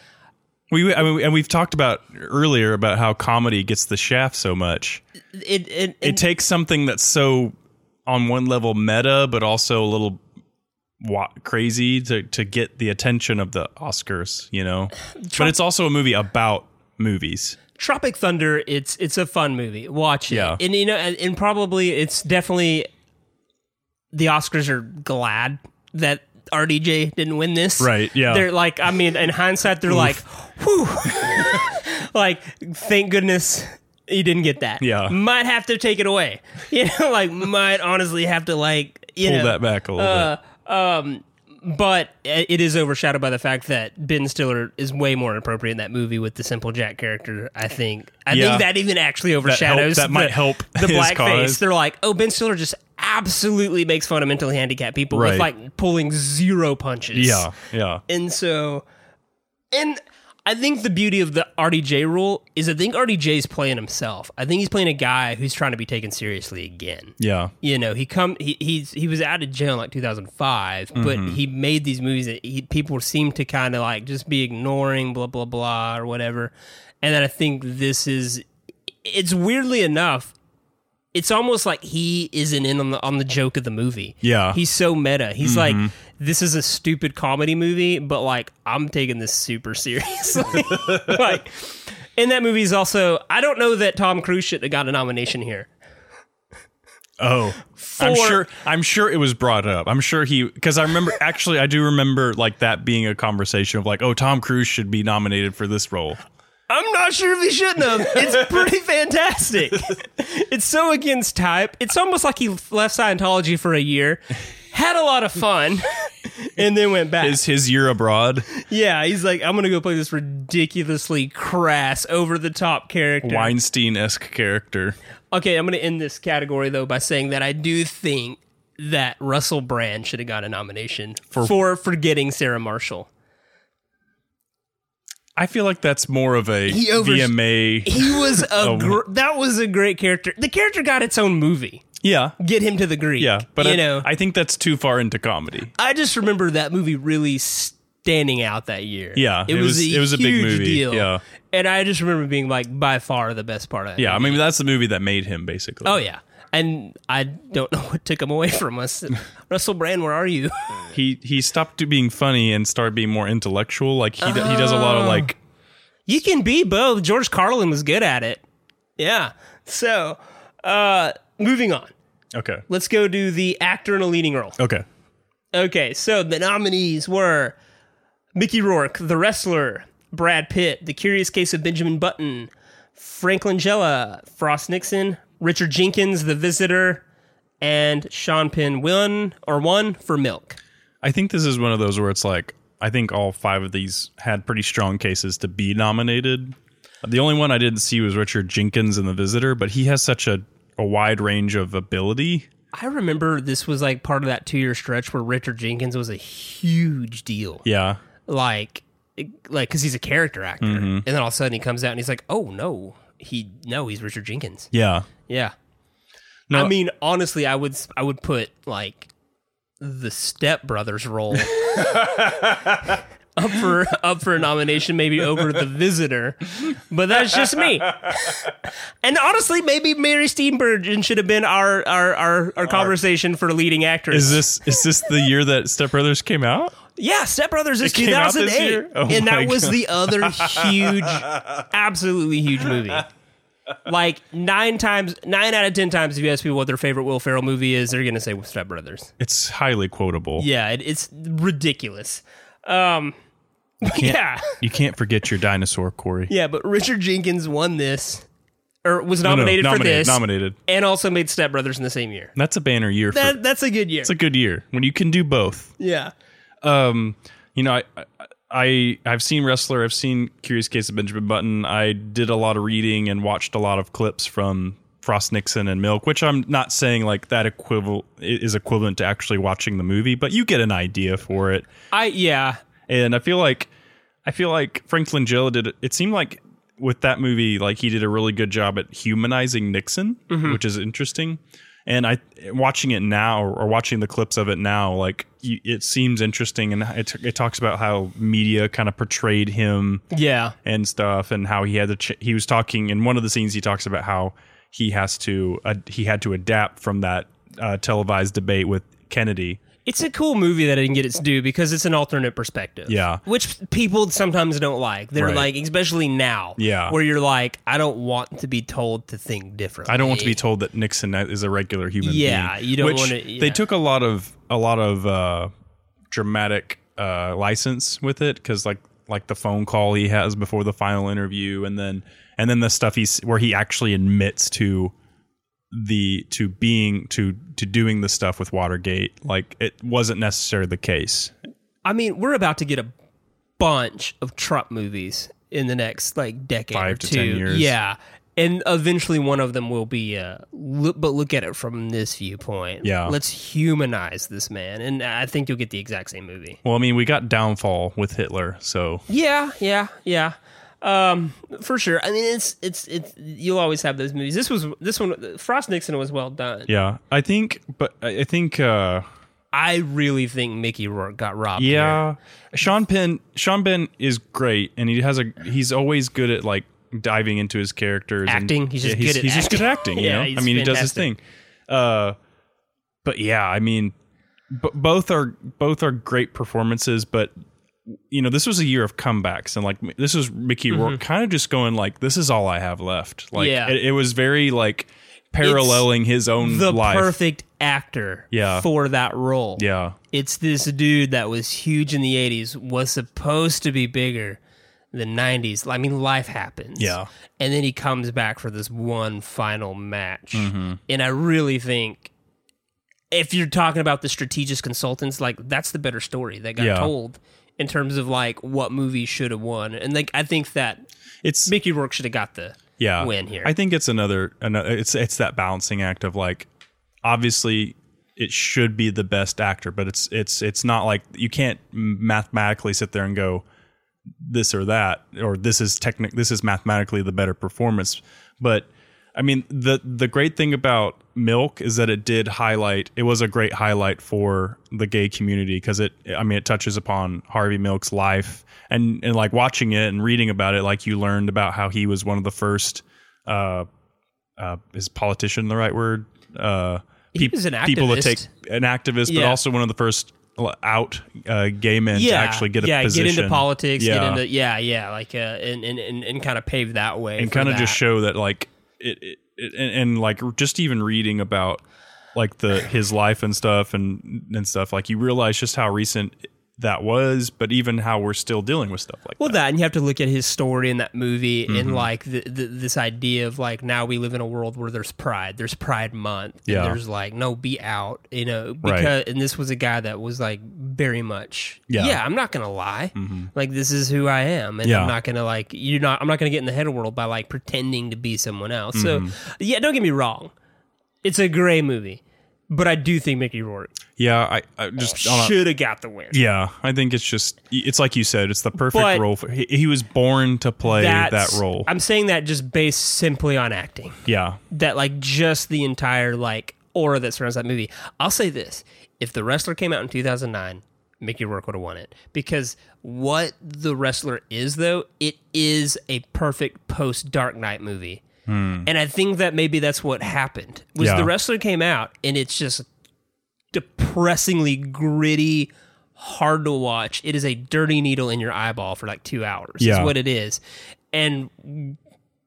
We I mean, and we've talked about earlier about how comedy gets the shaft so much.
it it,
It
it
takes something that's so on one level meta, but also a little wa- crazy to to get the attention of the Oscars. You know, but it's also a movie about movies.
Tropic Thunder, it's it's a fun movie. Watch it.
Yeah.
And you know and, and probably it's definitely the Oscars are glad that RDJ didn't win this.
Right, yeah.
They're like I mean in hindsight they're like whew like thank goodness he didn't get that.
Yeah.
Might have to take it away. You know like might honestly have to like you
Pull
know
that back a little bit.
but uh, it is overshadowed by the fact that Ben Stiller is way more appropriate in that movie with the Simple Jack character. I think. I
Yeah.
think that even actually overshadows.
that might
the,
help
the
his
blackface.
cause.
They're like, oh, Ben Stiller just absolutely makes fun of mentally handicapped people
Right.
with like pulling zero punches.
Yeah, yeah.
and so, and. I think the beauty of the RDJ rule is I think RDJ's playing himself. I think he's playing a guy who's trying to be taken seriously again
Yeah.
you know he come he he's, he was out of jail in like 2005 but he made these movies that he, people seem to kind of like just be ignoring blah blah blah or whatever and then i think this is it's weirdly enough it's almost like he isn't in on the on the joke of the movie
Yeah.
he's so meta he's like this is a stupid comedy movie but like i'm taking this super seriously like and that movie is also i don't know that tom cruise should have got a nomination here
Oh,
For-
I'm sure. I'm sure it was brought up. I'm sure he because I remember actually I do remember like that being a conversation of like, oh, Tom Cruise should be nominated for this role.
I'm not sure if he shouldn't have. It's pretty fantastic. It's so against type. It's almost like he left Scientology for a year, had a lot of fun, and then went back.
Is his year abroad?
yeah, he's like, I'm gonna go play this ridiculously crass, over the top character.
Weinstein esque character.
Okay, I'm gonna end this category though by saying that I do think that Russell Brand should have got a nomination for for forgetting Sarah Marshall.
I feel like that's more of a
He over-
VMA.
He was a
Oh.
gr- that was a great character. The character got its own movie.
Yeah,
Get him to the Greek.
yeah, but
you
I,
know,
I think that's too far into comedy.
I just remember that movie really standing out that year.
Yeah,
it,
it
was,
was-
a
it was a big
huge
movie,
Deal.
yeah.
and I just remember being like by far the best part of it.
Yeah, I mean that's the movie that made him basically.
Oh yeah, and I don't know what took him away from us. Russell Brand, where are you?
he he stopped to being funny and started being more intellectual. Like he d he does a lot
Oh.
of like
you can be both. George Carlin was good at it. Yeah. So, uh, moving on.
okay
Let's go to the actor in a leading role.
okay
Okay, so the nominees were Mickey Rourke, The Wrestler, Brad Pitt, The Curious Case of Benjamin Button, Frank Langella, Frost Nixon, Richard Jenkins, The Visitor, and Sean Penn won or won for Milk.
I think this is one of those where it's like I think all five of these had pretty strong cases to be nominated. The only one I didn't see was Richard Jenkins in The Visitor, but he has such a, a wide range of ability.
I remember this was like part of that two year stretch where Richard Jenkins was a huge deal.
Yeah.
Like like because he's a character actor, and then all of a sudden he comes out and he's like, "Oh no, he no, he's Richard Jenkins."
Yeah.
Yeah,
No,
I mean, honestly, I would s- I would put like the Step Brothers role up for up for a nomination, maybe over the Visitor, but that's just me. and honestly, maybe Mary Steenburgen should have been our our our, our conversation for leading actress.
is this is this the year that Step Brothers came out?
Yeah, Step Brothers is
It came out this
2008.
year? Oh
and
my
that was
God.
the other huge, absolutely huge movie. Like nine times, nine out of ten times, if you ask people what their favorite Will Ferrell movie is, they're going to say Step Brothers.
It's highly quotable.
Yeah, it, it's ridiculous. Um,
Can't-
yeah.
You can't forget your dinosaur, Corey.
Yeah, but Richard Jenkins won this, or was
No, no,
nominated for
nominated,
this,
Nominated.
and also made Step Brothers in the same year.
That's a banner year. For,
That, that's a good year.
it's a good year when you can do both.
yeah.
um, you know, I, I, I have seen Wrestler, I've seen Curious Case of Benjamin Button. I did a lot of reading and watched a lot of clips from Frost Nixon and Milk, which I'm not saying like that equivalent is equivalent to actually watching the movie, but you get an idea for it.
I yeah.
And I feel like, I feel like Franklin Jill did. It seemed like with that movie, like he did a really good job at humanizing Nixon, which is interesting. And I watching it now or watching the clips of it now, like you, it seems interesting, and it, it talks about how media kind of portrayed him
Yeah.
and stuff, and how he had to. Ch- he was talking in one of the scenes. He talks about how he has to uh, he had to adapt from that uh, televised debate with Kennedy.
It's a cool movie that didn't get its due because it's an alternate perspective.
Yeah.
Which people sometimes don't like. They're
Right.
like, especially now.
Yeah.
Where you're like, I don't want to be told to think differently.
I don't want to be told that Nixon is a regular human
Yeah,
being.
you don't
which
wanna- yeah.
They took a lot of a lot of uh, dramatic uh, license with it because like like the phone call he has before the final interview, and then and then the stuff he's where he actually admits to the to being to to doing the stuff with Watergate. Like it wasn't necessarily the case.
I mean, we're about to get a bunch of Trump movies in the next like decade
Five
or
to
two.
10 years.
Yeah. And eventually one of them will be uh look, but look at it from this viewpoint.
Yeah.
Let's humanize this man. And I think you'll get the exact same movie.
Well, I mean, we got downfall with Hitler, so
Yeah, yeah, yeah. Um, for sure. I mean, it's it's it's you'll always have those movies. This was this one. Frost Nixon was well done.
yeah. I think, but I I think. Uh,
I really think Mickey Rourke got robbed. here.
Yeah, Sean Penn. Sean Penn is great, and he has a. He's always good at like diving into his characters. and-
Acting, he's just
yeah,
good at
he's just good at acting. You
Yeah,
know, I
he's
mean, he does his thing.
fantastic.
Uh, but yeah, I mean, b- both are both are great performances, but. You know, this was a year of comebacks, and like m- this was Mickey Rourke kind of just going like, "This is all I have left." Like,
Mm-hmm. Yeah.
it, it was very like paralleling his own
the
life.
perfect actor.
Yeah.
for that role.
yeah,
it's this dude that was huge in the '80s was supposed to be bigger than '90s. I mean, life happens.
Yeah.
and then he comes back for this one final match,
Mm-hmm.
and I really think if you're talking about the strategic consultants, like that's the better story that got
Yeah.
told in terms of like what movie should have won. And like I think that
it's
Mickey Rourke should have got the
yeah.
win here.
I think it's another, another it's it's that balancing act of like obviously it should be the best actor, but it's it's it's not like you can't mathematically sit there and go this or that or this is technic this is mathematically the better performance. But I mean the the great thing about Milk is that it did highlight it was a great highlight for the gay community because it I mean it touches upon Harvey Milk's life and and like watching it and reading about it like you learned about how he was one of the first uh, uh, is politician the right word? Uh,
He was an
People to
activist.
take an activist, but
Yeah.
also one of the first l- out uh, gay men to
yeah,
actually get a
yeah,
position.
get into politics, get into yeah, yeah, like uh, and and and, and kind of pave that way
and
for
kind of
that.
just show that like it, it, it and, and like just even reading about like the his life and stuff and and stuff like you realize just how recent that was, but even how we're still dealing with stuff like
Well,
that.
that and you have to look at his story in that movie
Mm-hmm.
and like the, the, this idea of like now we live in a world where there's pride, there's Pride Month, and
Yeah.
there's like no be out, you know,
Right.
because and this was a guy that was like very much,
Yeah. Mm-hmm.
I'm not gonna lie, like this is who I am, and
Yeah.
I'm not gonna like you're not, I'm not gonna get in the head world by like pretending to be someone else.
Mm-hmm.
So yeah, don't get me wrong, it's a gray movie, but I do think Mickey Rourke
Yeah, I, I just on a-
Should have got the win.
yeah, I think it's just it's like you said, it's the perfect
But-
role. For, he, he was born to play
That's-
that role.
I'm saying that just based simply on acting.
yeah,
That like just the entire like aura that surrounds that movie. I'll say this: if the wrestler came out in 2009, Mickey Rourke would have won it because what the wrestler is though, it is a perfect post Dark Knight movie. And I think that maybe that's what happened was
Hmm. Yeah.
the wrestler came out and it's just depressingly gritty, hard to watch. It is a dirty needle in your eyeball for like two hours.
Yeah.
Is what it is, and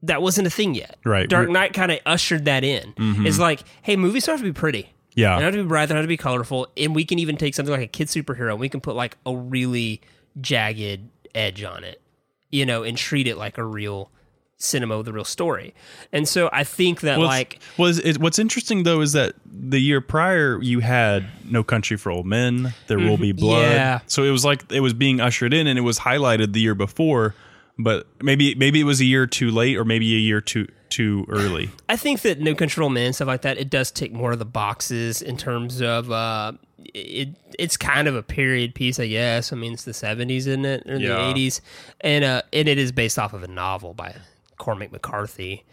that wasn't a thing yet.
Right.
Dark
We're-
Knight kind of ushered that in. It's like, hey, movies don't have to be pretty.
Mm-hmm. Yeah.
They don't have to be bright. They don't have to be colorful. And we can even take something like a kid superhero and we can put like a really jagged edge on it, you know, and treat it like a real cinema with a real story. And so I think that
Well,
like
it's- well, it's- it, what's interesting though is that the year prior you had No Country for Old Men, There Will Be Blood.
Mm-hmm. Yeah.
So it was like it was being ushered in, and it was highlighted the year before, but maybe maybe it was a year too late, or maybe a year too too early.
I think that No Control Man and stuff like that, it does tick more of the boxes in terms of uh, it. It's kind of a period piece, I guess. I mean, it's the seventies, isn't it, or the
Yeah.
eighties, and uh, and it is based off of a novel by Cormac McCarthy.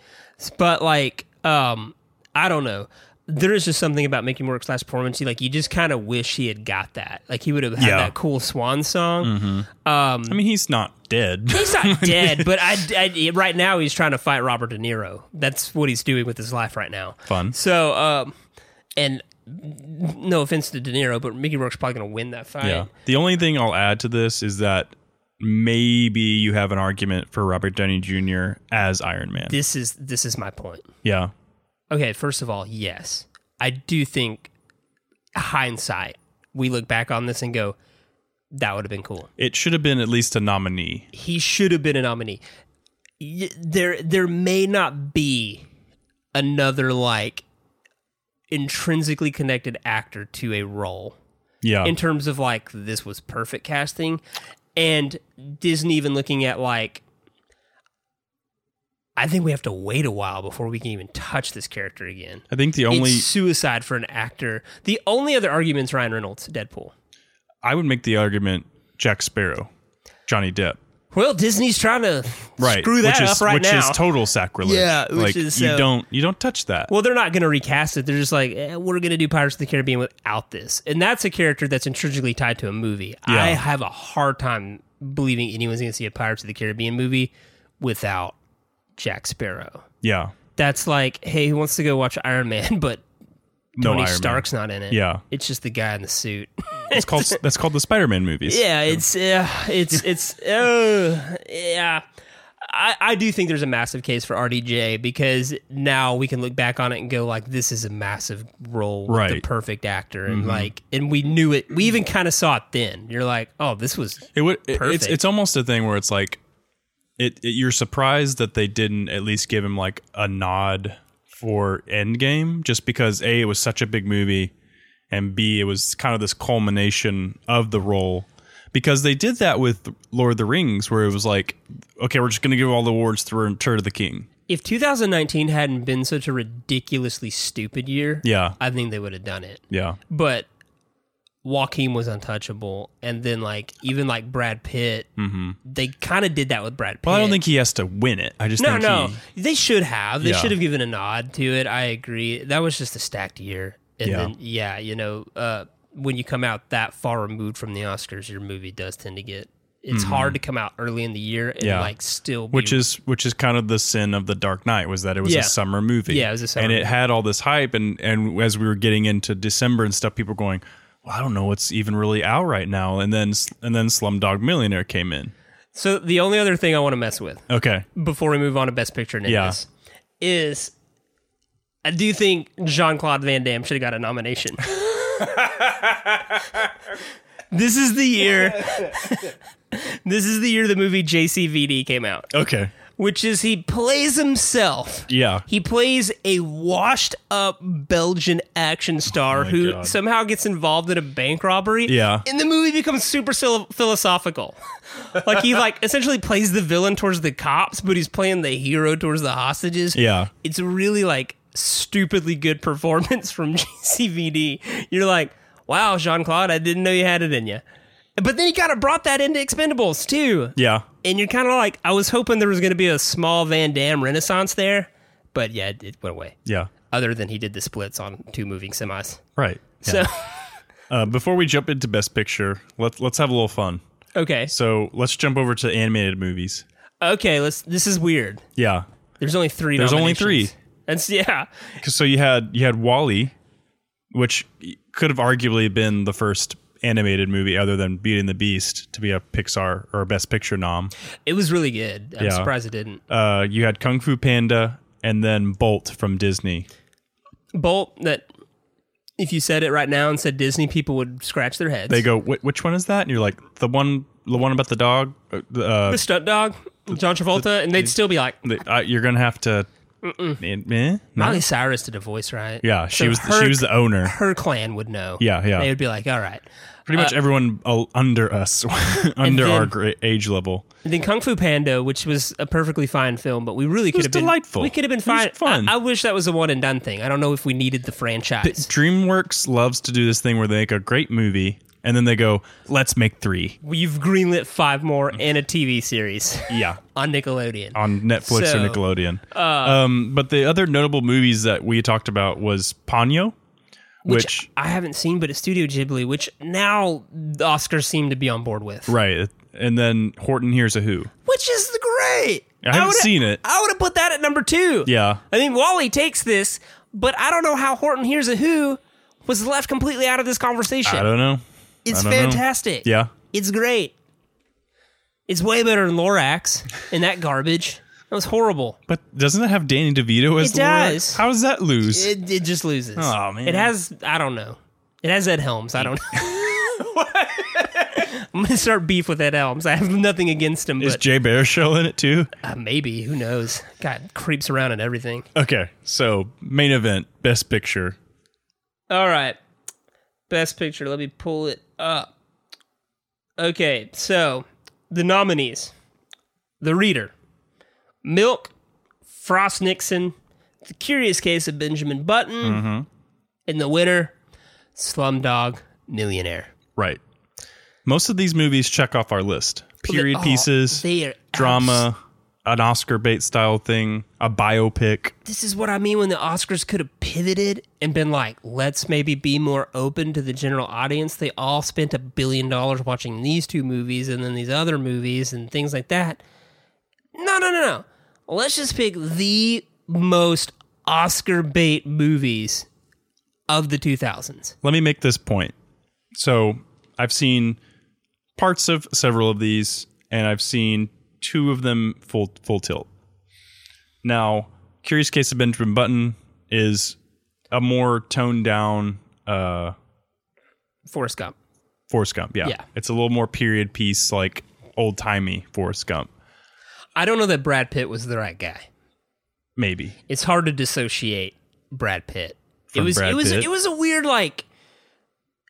S- But like, um, I don't know. There is just something about Mickey Rourke's last performance. you- Like, you just kind of wish he had got that. Like, he would have had
Yeah. Mm-hmm.
that cool swan song.
I mean, he's not dead.
He's not dead, but I, I- right now he's trying to fight Robert De Niro. That's what he's doing with his life right now.
Fun.
So, um, and no offense to De Niro, but Mickey Rourke's probably going to win that fight.
Yeah. The only thing I'll add to this is that maybe you have an argument for Robert Downey Jr. as Iron Man.
This is this is my point.
yeah.
Okay, first of all, yes, I do think hindsight. We look back on this and go, that would have been cool.
It should have been at least a nominee.
he should have been a nominee. Y- There, there may not be another like intrinsically connected actor to a role
Yeah.
in terms of like this was perfect casting, and Disney even looking at like. I think we have to wait a while before we can even touch this character again.
I think the only
it's suicide for an actor. The only other argument's Ryan Reynolds, Deadpool.
I would make the argument Jack Sparrow, Johnny Depp.
Well, Disney's trying to
Right.
screw that
which
up
is,
right
which
now.
is total sacrilege.
Yeah, which
like
is,
you
uh,
don't you don't touch that.
Well, they're not going to recast it. They're just like, eh, we're going to do Pirates of the Caribbean without this. And that's a character that's intrinsically tied to a movie.
Yeah.
I have a hard time believing anyone's going to see a Pirates of the Caribbean movie without Jack Sparrow.
yeah.
That's like, hey, who wants to go watch Iron Man, but
No
Tony
Iron Man.
Stark's not in it?
Yeah.
It's just the guy in the suit.
It's called that's called the Spider-Man movies.
Yeah, it's uh, it's it's uh, yeah. I, I do think there's a massive case for RDJ because now we can look back on it and go like this is a massive role with the
Right. Mm-hmm.
perfect actor and like and we knew it we even kind of saw it then you're like oh this was
It would it- it's
Perfect.
it's almost a thing where it's like it, it you're surprised that they didn't at least give him like a nod for Endgame just because A it was such a big movie and B it was kind of this culmination of the role because they did that with Lord of the Rings where it was like okay we're just going to give all the awards to Return of the King.
if 2019 hadn't been such a ridiculously stupid year
Yeah.
I think they would have done it
Yeah.
but Joaquin was untouchable and then like even like Brad Pitt they kind of did that with Brad Pitt
Mm-hmm. Well, I don't think he has to win it. I just
No,
think
no,
he-
they should have. They
Yeah.
should have given a nod to it. I agree. That was just a stacked year, and
Yeah.
then yeah, you know, uh, when you come out that far removed from the Oscars, your movie does tend to get. It's hard to come out early in the year and
Mm-hmm. Yeah.
like still, be,
which is which is kind of the sin of the Dark Knight was that it was
Yeah.
a summer movie.
Yeah, it was a summer
and it
movie.
had all this hype, and and as we were getting into December and stuff, people were going, "Well, I don't know what's even really out right now." And then and then Slumdog Millionaire came in.
so. The only other thing I want to mess with
Okay,
before we move on to Best Picture and end
Yeah.
this is. I do think Jean Claude Van Damme should have got a nomination. this is the year. this is the year the movie JCVD came out.
okay,
which is he plays himself.
Yeah.
He plays a washed up Belgian action star
Oh my
who
God.
somehow gets involved in a bank robbery.
Yeah.
And the movie becomes super phil- philosophical. like he like essentially plays the villain towards the cops, but he's playing the hero towards the hostages.
Yeah.
It's a really like stupidly good performance from JCVD. You're like wow, Jean Claude, I didn't know you had it in you. But then he kind of brought that into Expendables too.
Yeah.
And you're kind of like, I was hoping there was going to be a small Van Damme renaissance there, but yeah, it, it went away.
Yeah.
Other than he did the splits on two moving semis.
Right.
So,
Uh, before we jump into Best Picture, let's let's have a little fun.
okay.
So let's jump over to animated movies.
Okay, let's this is weird.
Yeah.
There's only 3
There's only
nominations.
three.
That's yeah.
'Cause So you had you had Wally, which could have arguably been the first animated movie other than Beauty and the Beast to be a Pixar or a Best Picture nom.
It was really good. I'm
Yeah.
surprised it didn't.
Uh, you had Kung Fu Panda and then Bolt from Disney.
Bolt that if you said it right now and said Disney, people would scratch their heads.
They go, "Wh- which one is that? And you're like, the one, the one about the dog. Uh,
the stunt dog, John Travolta, and they'd still be like,
the, uh, you're gonna have to. Eh, no?
Miley Cyrus did a voice, right?
Yeah, she
So
was
her-
she was the owner.
her clan would know.
Yeah, yeah.
They would be like, all right.
Pretty much everyone uh, under us, under our
then-
gra- age level.
And then Kung Fu Panda, which was a perfectly fine film, but we really could
was
have been
delightful.
We could have been
It was
fine.
fun.
I, I wish that was a one and done thing. I don't know if we needed the franchise.
DreamWorks loves to do this thing where they make a great movie and then they go, "Let's make three.
You've greenlit five more
Mm-hmm.
and a TV series
Yeah,
on Nickelodeon.
on Netflix
So,
or Nickelodeon. um, but the other notable movies that we talked about was Ponyo,
which,
which
I haven't seen, but it's Studio Ghibli, which now the Oscars seem to be on board with.
right, and then Horton Hears a Who.
Which is great.
I haven't
would've-
seen it.
I would have put that at number two.
Yeah,
I think Wally takes this, but I don't know how Horton Hears a Who was left completely out of this conversation.
I don't know.
it's
don't know.
fantastic.
Yeah,
It's great. It's way better than Lorax and that garbage. That was horrible.
but doesn't it have Danny DeVito as
It
the Lord?
does.
How does that lose?
It, it just loses.
Aw, man.
It has, I don't know. It has Ed Helms. I don't know. I'm going to start beef with Ed Helms. I have nothing against him,
Is
but
Jay Baruchel in it too?
uh, maybe. Who knows? God, creeps around and everything.
Okay, so main event, best picture.
All right. Best picture. Let me pull it up. Okay, so the nominees The Reader, Milk, Frost Nixon, The Curious Case of Benjamin Button, and the winner, Slumdog Millionaire.
Right. Most of these movies check off our list. Period
Oh,
pieces,
they are
drama, an Oscar bait style thing, a biopic.
this is what I mean when the Oscars could have pivoted and been like, let's maybe be more open to the general audience. They all spent a billion dollars watching these two movies and then these other movies and things like that. No, no, no, no. Let's just pick the most Oscar bait movies of the 2000s.
Let me make this point. So I've seen parts of several of these, and I've seen two of them full full tilt. Now, Curious Case of Benjamin Button is a more toned down uh
Forrest Gump.
Forrest Gump. Yeah.
Yeah.
It's a little more period piece, like old timey Forrest Gump.
I don't know that Brad Pitt was the right guy.
Maybe.
It's hard to dissociate Brad Pitt. it
From
was
Brad
it was
Pitt?
it was a weird like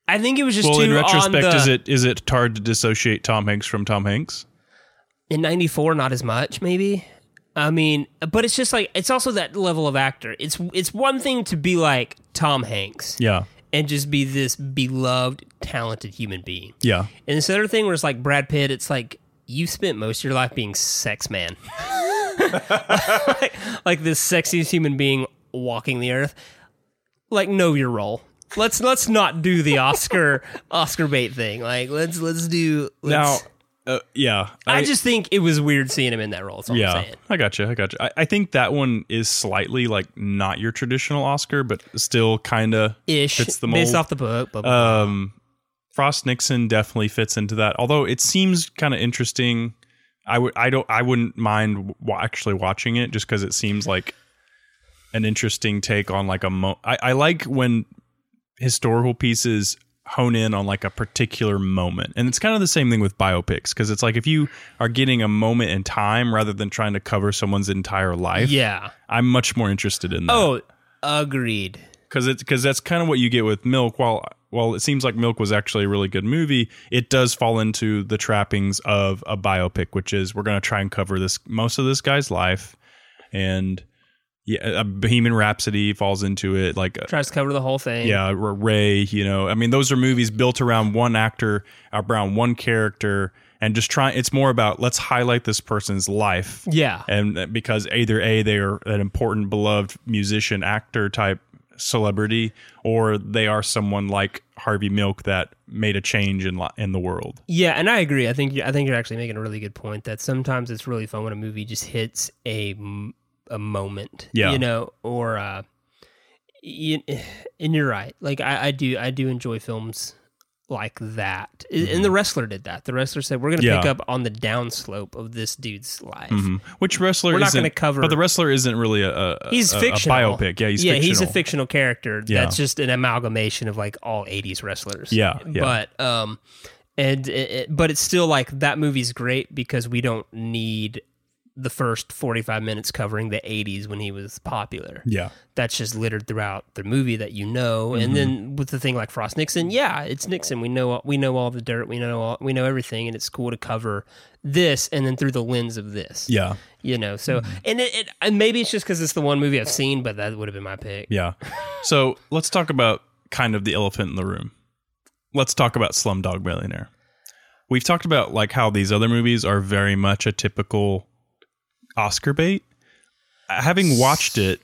I think it was just
Well,
too
in
on
retrospect,
the,
is it is it hard to dissociate Tom Hanks from Tom Hanks?
in 94 not as much maybe i mean but it's just like it's also that level of actor it's it's one thing to be like tom hanks
Yeah.
and just be this beloved talented human being
Yeah.
and this other thing where it's like brad pitt it's like you spent most of your life being sex man like, like this sexiest human being walking the earth like know your role let's let's not do the oscar oscar bait thing like let's let's do
Now,
let's,
uh, yeah.
I, just think it was weird seeing him in that role. That's all I'm
yeah.
saying.
I got you. I got you. I, I think that one is slightly like not your traditional Oscar, but still kind of
Ish.
fits the
Based
mold.
off the book. But
um, Frost Nixon definitely fits into that. Although it seems kind of interesting. I would I don't I wouldn't mind w- actually watching it just because it seems like an interesting take on like a mo. I, I like when historical pieces hone in on like a particular moment, and it's kind of the same thing with biopics because it's like if you are getting a moment in time rather than trying to cover someone's entire life.
yeah.
I'm much more interested in that
Oh, agreed.
because it's because that's kind of what you get with milk while while it seems like milk was actually a really good movie it does fall into the trappings of a biopic which is we're going to try and cover this most of this guy's life and yeah, uh, Bohemian Rhapsody falls into it. Like uh,
Tries to cover the whole thing.
yeah, R- Ray. You know, I mean, those are movies built around one actor, around one character, and just try. It's more about let's highlight this person's life.
Yeah.
and that- because either a they are an important, beloved musician, actor type celebrity, or they are someone like Harvey Milk that made a change in li- in the world.
Yeah, and I agree. I think you- I think you're actually making a really good point that sometimes it's really fun when a movie just hits a m- a moment.
Yeah.
you know, or uh, you, and you're right. Like I, I do, I do enjoy films like that. And- And the wrestler did that. The wrestler said, "We're going to pick
Mm-hmm. Yeah.
up on the downslope of this dude's life."
Mm-hmm. Which wrestler?
We're not
isn't-
gonna cover-
But the wrestler isn't really a, a a-
He's
a,
fictional.
A biopic. Yeah, he's
yeah,
fictional.
he's a fictional character.
Yeah.
That's just an amalgamation of like all '80s wrestlers.
Yeah, yeah.
but um, and it, it- but it's still like that movie's great because we don't need the first 45 minutes covering the '80s when he was popular.
Yeah.
That's just littered throughout the movie that you know,
Mm-hmm.
and then with the thing like Frost Nixon, yeah, it's Nixon. We know we know all the dirt, we know all, we know everything, and it's cool to cover this, and then through the lens of this,
Yeah.
you know so
Mm-hmm.
and it, it and maybe it's just because it's the one movie i've seen but that would have been my pick
Yeah. So let's talk about kind of the elephant in the room. Let's talk about Slumdog Millionaire. We've talked about like how these other movies are very much a typical Oscar bait. Uh, Having watched it,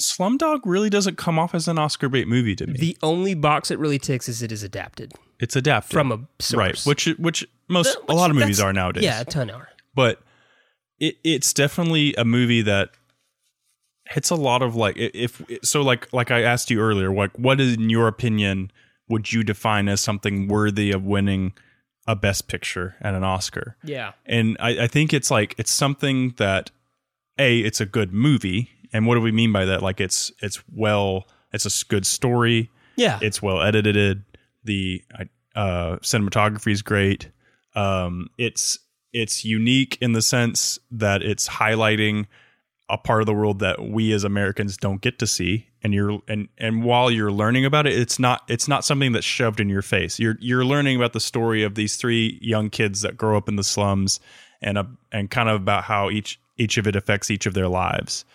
Slumdog really doesn't come off as an Oscar bait movie to me.
the only box it really ticks is it is adapted
it's adapted
from a source.
right, which which most
Which
a lot of
that's-
movies are nowadays.
yeah a ton are
but it, it's definitely a movie that hits a lot of like i- if so like like I asked you earlier like what is in your opinion would you define as something worthy of winning a best picture at an Oscar
yeah
and I, I think it's like it's something that a it's a good movie and what do we mean by that like it's it's well it's a s- good story
yeah
it's well edited. The uh, cinematography is great. Um, it's it's unique in the sense that it's highlighting a part of the world that we as Americans don't get to see. And you're and and while you're learning about it, it's not it's not something that's shoved in your face. You're you're learning about the story of these three young kids that grow up in the slums, and uh, and kind of about how each each of it affects each of their lives.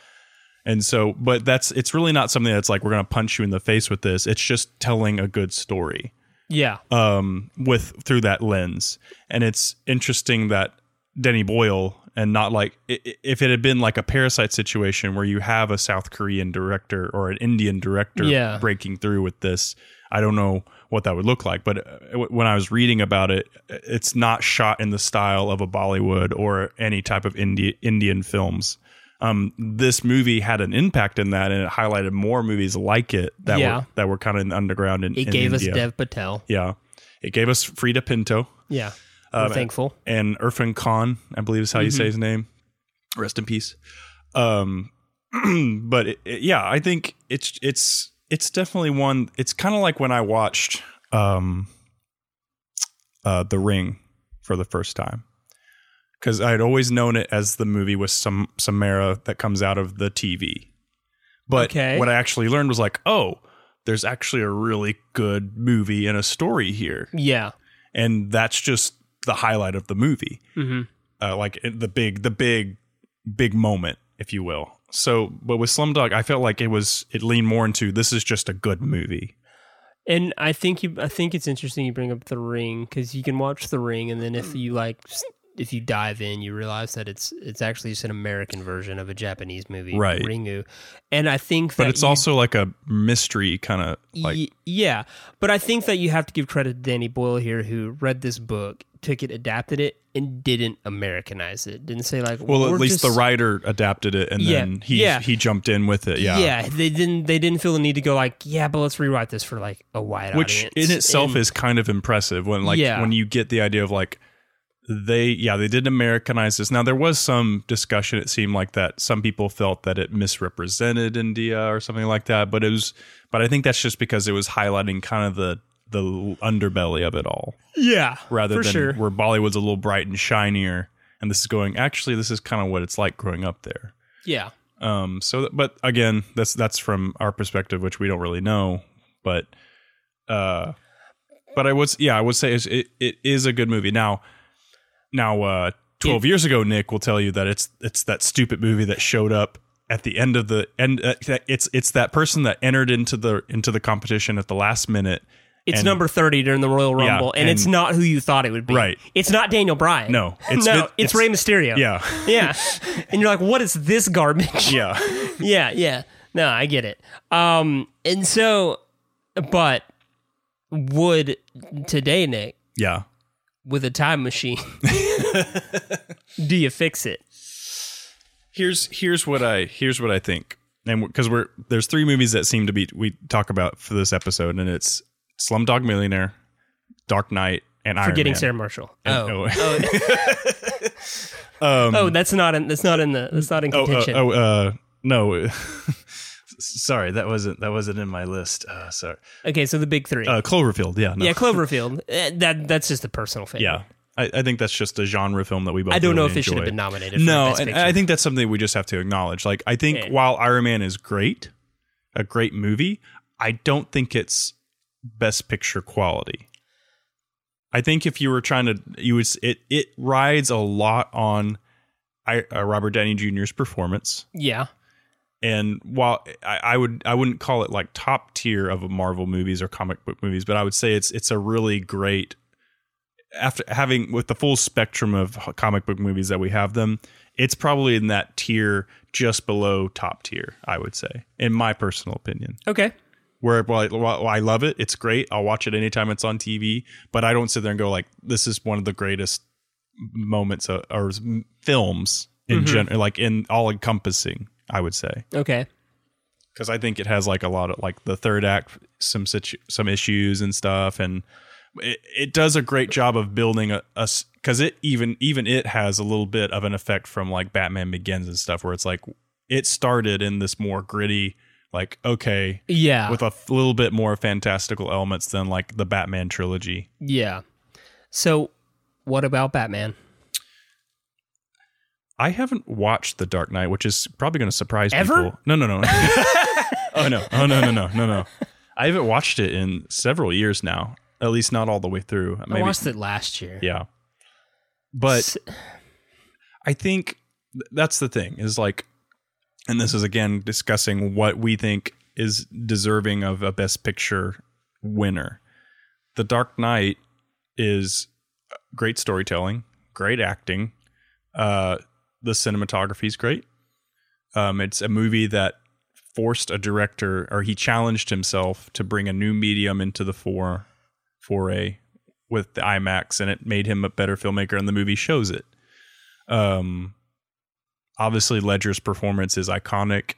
And so, but that's it's really not something that's like we're going to punch you in the face with this. It's just telling a good story
yeah
um, with through that lens. And it's interesting that Denny Boyle and not like i- i- if it had been like a parasite situation where you have a South Korean director or an Indian director
Yeah.
breaking through with this. I don't know what that would look like, but uh, w- when I was reading about it, it's not shot in the style of a Bollywood or any type of Indi- Indian films. Um, this movie had an impact in that, and it highlighted more movies like it that
Yeah.
were that were kind of in the underground. In,
it
in
gave us
India.
dev patel
Yeah. It gave us Frida Pinto
yeah
Um,
i'm thankful
and Irfan Khan, I believe is how you say his name. Rest in peace. Um, but it, it- yeah, I think it's it's it's definitely one. It's kind of like when I watched um, uh, The Ring for the first time because I had always known it as the movie with some Samara that comes out of the TV. But
Okay.
what I actually learned was like, oh, there's actually a really good movie and a story here
yeah
and that's just the highlight of the movie uh, like it- the big the big big moment if you will so but with slumdog i felt like it was it leaned more into this is just a good movie
and i think you i think it's interesting you bring up the ring because you can watch the ring and then if you like s- if you dive in you realize that it's it's actually just an american version of a japanese movie
Right.
ringu and i think
but
that
it's
you-
also like a mystery kind of like
Ye- yeah, but I think that you have to give credit to Danny Boyle here, who read this book, took it, adapted it, and didn't Americanize it. Didn't say like,
well
"We're
at least the
just-"
writer adapted it and
Yeah,
then he
yeah.
he jumped in with it yeah
yeah, they didn't. They didn't feel the need to go like, yeah, but let's rewrite this for like a wide
which
audience.
in itself
And-
is kind of impressive when like
Yeah.
when you get the idea of like they yeah they did americanize this now there was some discussion it seemed like that some people felt that it misrepresented india or something like that but it was but i think that's just because it was highlighting kind of the the underbelly of it all
yeah,
rather
for
than
sure.
where bollywood's a little bright and shinier and this is going actually this is kind of what it's like growing up there
yeah,
um. So, th- but again, that's that's from our perspective, which we don't really know. But, uh, but I would s- yeah, I would say it's, it it is a good movie. Now, now, uh, twelve years ago, Nick will tell you that it's it's that stupid movie that showed up at the end of the end uh, it's it's that person that entered into the into the competition at the last minute
It's
and-
number 30 during the Royal
Yeah,
Rumble, and,
and-
it's not who you thought it would be.
Right.
It's not Daniel Bryan.
No, it's-
It's, no,
it-
it's,
it's-
Rey Mysterio.
yeah
Yeah. and you're like, what is this garbage?
yeah
yeah, yeah. No, I get it. Um, and so, but would today, Nick,
yeah
with a time machine, do you fix it?
here's here's what I here's what I think, and because we're there's three movies that seem to be we talk about for this episode, and it's Slumdog Millionaire, Dark Knight, and Iron
Forgetting
Man.
Sarah Marshall.
And-
oh,
oh.
oh, that's not in. That's not in the. That's not in
Oh, uh,
contention.
oh, uh, no. sorry, that wasn't that wasn't in my list. Uh, sorry,
Okay, so the big three.
uh, Cloverfield. Yeah, no.
yeah, Cloverfield. Eh, that that's just a personal favorite.
yeah. I, I think that's just a genre film that we both.
I don't know
really
if it should have
enjoy.
been nominated. For
No,
Best
and
Picture.
I think that's something we just have to acknowledge. Like, I think
Yeah.
while Iron Man is great, a great movie, I don't think it's best picture quality. I think if you were trying to, you would s- it it rides a lot on I, uh, Robert Downey Jr.'s performance,
yeah,
and while I, I would I wouldn't call it like top tier of Marvel movies or comic book movies, but I would say it's it's a really great after having with the full spectrum of h- comic book movies that we have them, it's probably in that tier just below top tier. I would say, in my personal opinion,
okay,
where while I, while I love it, it's great. I'll watch it anytime it's on TV, but I don't sit there and go like, this is one of the greatest moments of, or s- films in general, like in all encompassing. I would say
okay.
because I think it has like a lot of like the third act some situ- some issues and stuff, and it, it does a great job of building a because it even even it has a little bit of an effect from like Batman Begins and stuff where it's like it started in this more gritty like okay
Yeah,
with a f- little bit more fantastical elements than like the Batman trilogy.
yeah. So, what about Batman?
I haven't watched The Dark Knight, which is probably going to surprise
Ever?
people. No, no, no. oh no. Oh no, no, no, no, no. I haven't watched it in several years now. At least not all the way through. Maybe.
I watched it last year.
Yeah. But
S-
I think th- that's the thing is like and this is again discussing what we think is deserving of a best picture winner. The Dark Knight is uh, great storytelling, great acting. Uh, the cinematography is great. Um, it's a movie that forced a director, or he challenged himself to bring a new medium into the for foray with the IMAX, and it made him a better filmmaker, and the movie shows it. Um, obviously, Ledger's performance is iconic.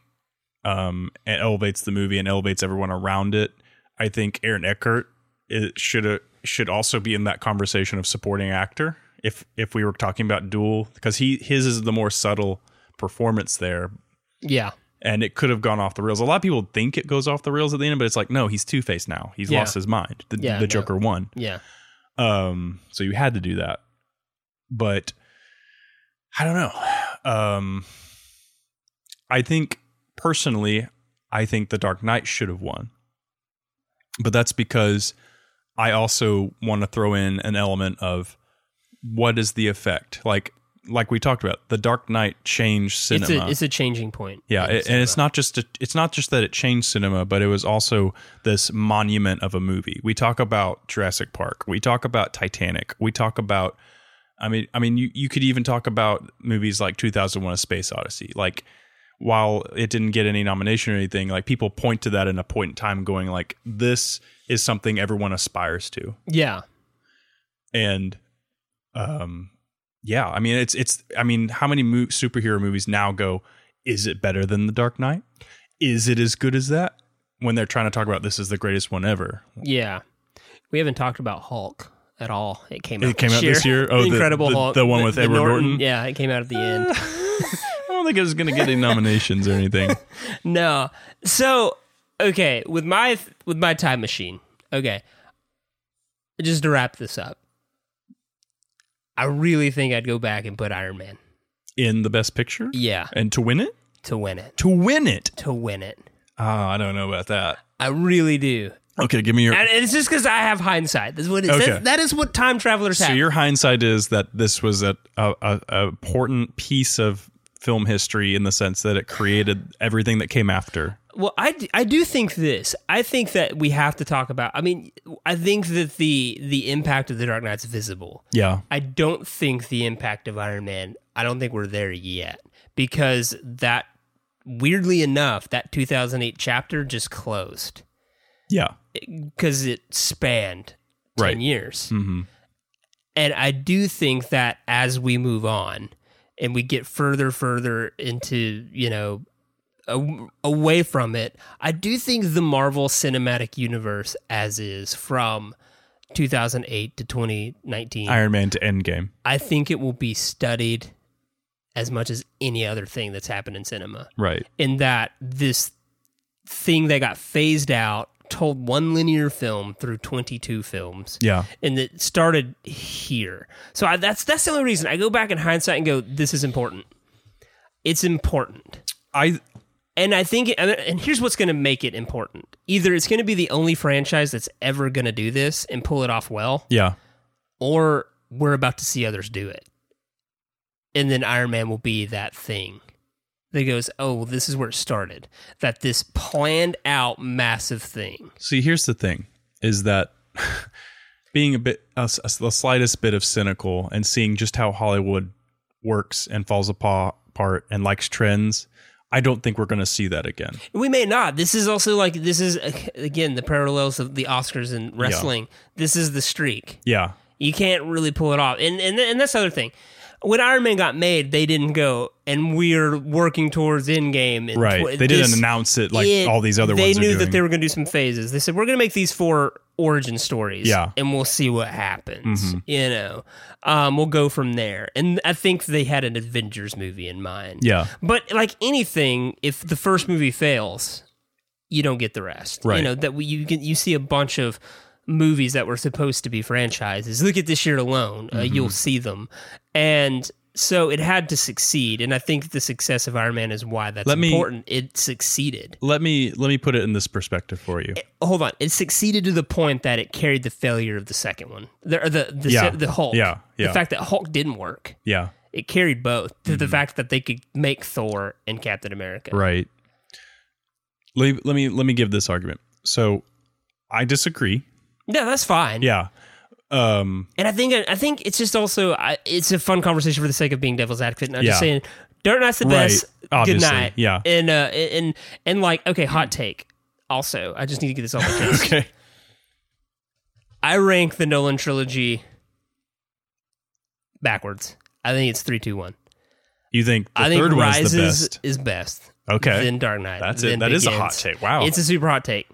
Um, and elevates the movie and elevates everyone around it. I think Aaron Eckhart it should uh, should also be in that conversation of supporting actor if if we were talking about duel because he his is the more subtle performance there
yeah,
and it could have gone off the rails. A lot of people think it goes off the rails at the end, but it's like no, he's Two Face now. He's
Yeah.
lost his mind. The,
Yeah,
the
no.
Joker won.
yeah.
Um, so you had to do that. But I don't know. Um, I think personally, I think The Dark Knight should have won. But that's because I also want to throw in an element of what is the effect? Like like we talked about, The Dark Knight changed cinema.
It's a it's a changing point.
Yeah,
in
it, and it's
cinema.
not just a, it's not just that it changed cinema, but it was also this monument of a movie. We talk about Jurassic Park, we talk about Titanic, we talk about I mean I mean you you could even talk about movies like 2001 A Space Odyssey. Like while it didn't get any nomination or anything, like people point to that in a point in time going like this is something everyone aspires to
Yeah,
and um yeah i mean it's it's i mean how many mo- superhero movies now go is it better than the dark knight is it as good as that when they're trying to talk about this is the greatest one ever
yeah. We haven't talked about Hulk at all. It came out.
It came
this
out
year.
this year? Oh, the-
Incredible
the-
Hulk,
the one with Edward Norton?
Yeah, it came out at the end.
i don't think it was going to get any nominations or anything
No. So okay, with my with my time machine. Okay, just to wrap this up, I really think I'd go back and put Iron Man.
in the best picture
Yeah,
and to win it
to win it.
to win it
To win it,
oh i don't know about that
I really do.
okay give me your
And it's just because I have hindsight. That's what it
Okay.
says. That is what time travelers
so
have.
your hindsight is that this was a, a, a, a important piece of film history in the sense that it created everything that came after.
Well, I, d- I do think this. I think that we have to talk about. I mean, I think that the the impact of the Dark Knight's visible.
Yeah.
I don't think the impact of Iron Man. I don't think we're there yet because that weirdly enough, that 2008 chapter just closed
Yeah.
because it spanned 10
Right.
years.
hmm
And I do think that as we move on and we get further, further into, you know, a- away from it, I do think the Marvel Cinematic Universe as is from 2008 to 2019,
Iron Man to Endgame.
I think it will be studied as much as any other thing that's happened in cinema
Right.
in that this thing that got phased out told one linear film through 22 films
Yeah.
and it started here so I, that's that's the only reason i go back in hindsight and go this is important it's important
I
and i think and- and here's what's going to make it important either it's going to be the only franchise that's ever going to do this and pull it off well
yeah.
or we're about to see others do it. And then Iron Man will be that thing that goes, oh, well, this is where it started. That this planned out massive thing.
See, here's the thing: is that being a bit, a, s- the slightest bit of cynical, and seeing just how Hollywood works and falls apa- apart and likes trends. I don't think we're going to see that again.
We may not. This is also like, this is, again, the parallels of the Oscars and wrestling. This is the streak.
Yeah,
You can't really pull it off. And, and, and that's the other thing. When Iron Man got made, they didn't go, and we're working towards Endgame. And
right.
tw-
they didn't
this-
announce it like
it-
all these other
they
ones. are
knew
doing.
that they were going to do some phases they said we're going to make these four origin stories
Yeah. Mm-hmm.
and we'll see what happens you know um, we'll go from there and i think they had an avengers movie in mind
Yeah.
but like anything if the first movie fails you don't get the rest you
Right.
know that we, you can you see a bunch of movies that were supposed to be franchises look at this year alone uh,
Mm-hmm.
you'll see them and so it had to succeed and i think the success of iron man is why that's
Let me-
important it succeeded
Let me let me put it in this perspective for you.
hold on. It succeeded to the point that it carried the failure of the second one. The or the the,
Yeah.
se- the Hulk.
Yeah. Yeah. Mm-hmm.
The fact that Hulk didn't work.
Yeah.
It carried both to the fact that they could make Thor and Captain America.
Right. Let, let me let me give this argument. So, I disagree.
No, that's fine.
Yeah. Um
And I think I think it's just also I, it's a fun conversation for the sake of being devil's advocate. And I'm
Yeah.
just saying, Dark Knight's the
Right.
best. Good
Obviously.
night.
Yeah.
And uh, and and like okay, hot take. Also, I just need to get this off my chest.
Okay.
I rank the Nolan trilogy backwards. I think it's three, two, one.
You think the
I think
third one's
Rises
the best?
is best.
Okay.
Then Dark Knight.
That's it.
then
That is a hot
Begins.
take. Wow.
It's a super hot take.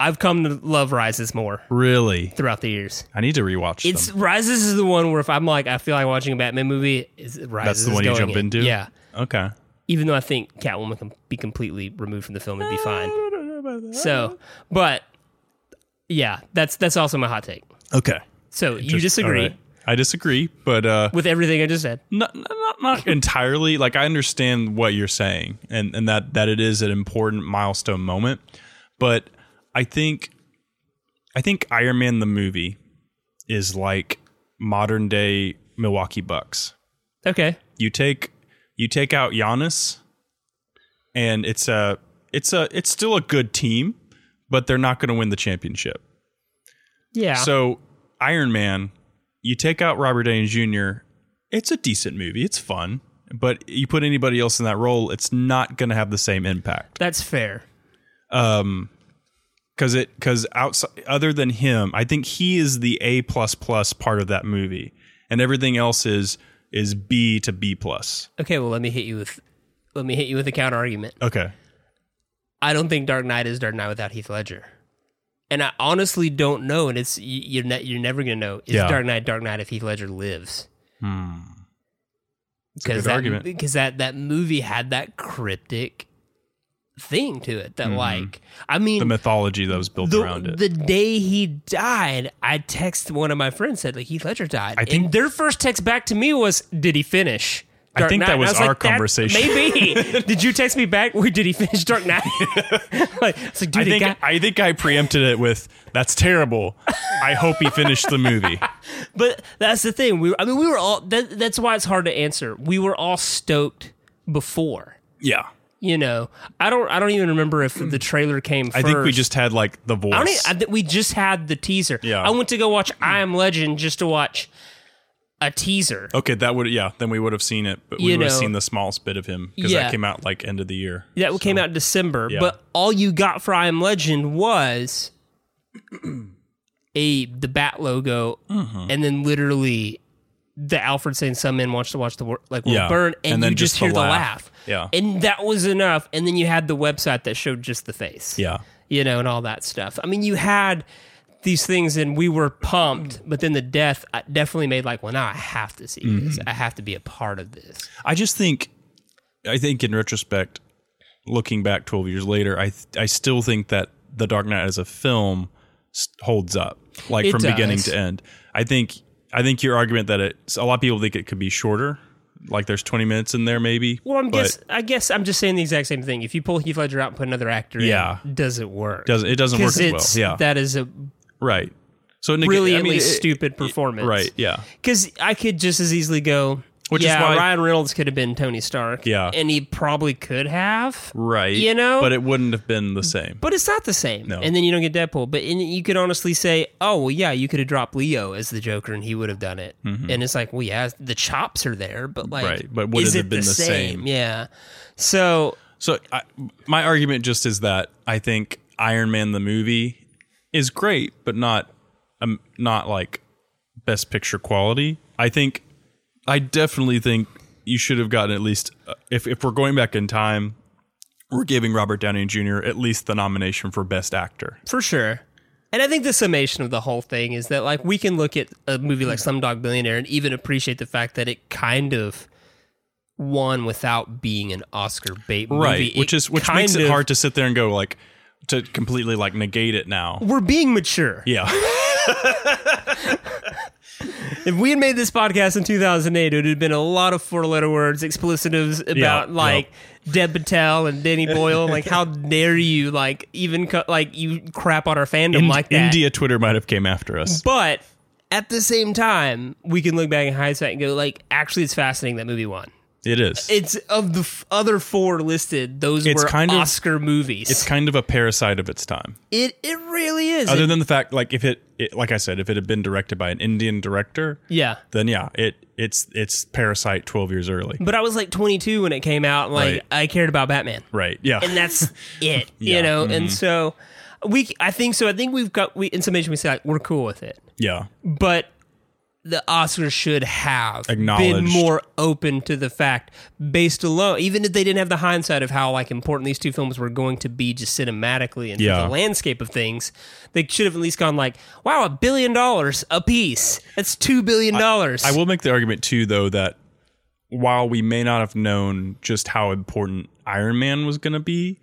I've come to love Rises more
really?
throughout the years.
I need to rewatch
It's
them.
Rises is the one where if I'm like I feel like watching a Batman movie, is
That's
Rises.
the one
is
you
going
jump
in.
into.
Yeah.
Okay.
Even though I think Catwoman can be completely removed from the film and be fine. So, but yeah, that's that's also my hot take.
Okay.
So you disagree
all right. I disagree, but uh,
with everything I just said.
not, not not entirely. Like I understand what you're saying, and and that that it is an important milestone moment, but I think I think Iron Man the movie is like modern day Milwaukee Bucks.
Okay.
you take you take out Giannis, and it's a it's a it's still a good team, but they're not going to win the championship.
Yeah.
So Iron Man, you take out Robert Downey Jr. It's a decent movie. It's fun, but you put anybody else in that role, it's not going to have the same impact.
that's fair.
Because it because outside other than him, I think he is the A plus plus part of that movie, and everything else is is B to B plus.
Okay, well let me hit you with let me hit you with a counter argument.
Okay.
I don't think Dark Knight is Dark Knight without Heath Ledger. And I honestly don't know, and it's y- you're ne- you're never gonna know. Is
Yeah. Hmm.
Dark Knight Dark Knight if Heath Ledger lives?
a good
that,
argument.
Because that that movie had that cryptic thing to it that like I mean
Mm-hmm. the mythology that was built
the,
around it.
the day he died, I texted one of my friends said like Heath Ledger died.
I think-
and their first text back to me was, "Did he finish?"
I
Dark
think
Knight.
that
And I
was our
like, that-
conversation.
Maybe. Did you text me back? Wait, did he finish Dark Knight? like, it's like, dude,
I
it
think
got-
I think I preempted it with that's terrible. I hope he finished the movie.
but that's the thing. We, I mean, we were all. That, that's why it's hard to answer. We were all stoked before.
Yeah.
You know, I don't. I don't even remember if the trailer came. First.
I think we just had like the
I don't.
voice.
Even, I think we just had the teaser.
Yeah.
I went to go watch I Am Legend just to watch a teaser.
okay, that would yeah, then we would have seen it, but we
You
would have
know.
seen the smallest bit of him because
Yeah.
that came out like end of the year.
That came out in December,
Yeah.
but all you got for I Am Legend was a the bat logo,
Mm-hmm.
and then literally the Alfred saying some men wants to watch the wor- like world
Yeah.
burn, and,
And then
you just,
just the
hear the
laugh.
laugh.
Yeah.
and that was enough. And then you had the website that showed just the face.
Yeah.
you know, and all that stuff. I mean, you had these things, and we were pumped, but then the death uh, definitely made like, well, now I have to see this. I have to be a part of this.
I just think, I think in retrospect, looking back 12 years later, I th- I still think that The Dark Knight as a film s- holds up, like
It
from beginning
does.
to end. I think I think your argument that it's a lot of people think it could be shorter, like there's 20 minutes in there maybe.
Well, I'm
but
guess I guess I'm just saying the exact same thing. If you pull Heath Ledger out and put another actor,
Yeah.
in, does it work?
doesn't it doesn't work
Because
as well?
it's
Yeah,
that is a
right. So it nega- I mean,
brilliantly
it-
stupid performance,
Right. Yeah.
Because I could just as easily go.
Which is
yeah,
why-
Ryan Reynolds could have been Tony Stark.
Yeah.
and he probably could have.
Right.
You know?
but it wouldn't have been the same.
But it's not the same.
No.
And then you don't get Deadpool. But in, you could honestly say, oh, well, yeah, you could have dropped Leo as the Joker and he would have done it. And it's like, well, yeah, the chops are there, but like,
Mm-hmm. Right, but would
is
it have
it
been
the
the
same?
same?
Yeah. So
So I, my argument just is that I think Iron Man the movie is great, but not um, not like best picture quality. I think I definitely think you should have gotten at least uh, if if we're going back in time, we're giving Robert Downey Jr. at least the nomination for best actor.
for sure. And I think the summation of the whole thing is that like we can look at a movie like Slumdog Millionaire and even appreciate the fact that it kind of won without being an Oscar bait movie.
Right, which
It
is which
kind
makes it
of-
hard to sit there and go like to completely like negate it now.
We're being mature.
Yeah.
If we had made this podcast in 2008, it would have been a lot of four-letter words, explicitives about
Yeah,
like Deb Patel and Danny Boyle. like, how dare you? Like, even co- like you crap on our fandom
In-
like that.
India Twitter might have came after us.
But at the same time, we can look back in hindsight and go, like, actually, it's fascinating that movie won.
It is.
It's of the f- other four listed; those
It's
were
kind of-
Oscar movies.
it's kind of a parasite of its time.
it it really is.
Other
It-
than the fact, like if it, it, like I said, if it had been directed by an Indian director,
yeah,
then yeah, it it's it's Parasite twelve years early,
but I was like 22 when it came out. and, Like,
Right.
I cared about Batman.
right? Yeah,
and that's it
Yeah. mm-hmm.
you know and so we i think so i think we've got we in summation we say like, we're cool with it
yeah,
but the oscars should have been
Acknowledged.
more open to the fact based alone even if they didn't have the hindsight of how like important these two films were going to be just cinematically and for
Yeah.
the landscape of things they should have at least gone like wow a billion dollars a piece that's two billion dollars
I will make the argument too, though, that while we may not have known just how important Iron Man was going to be,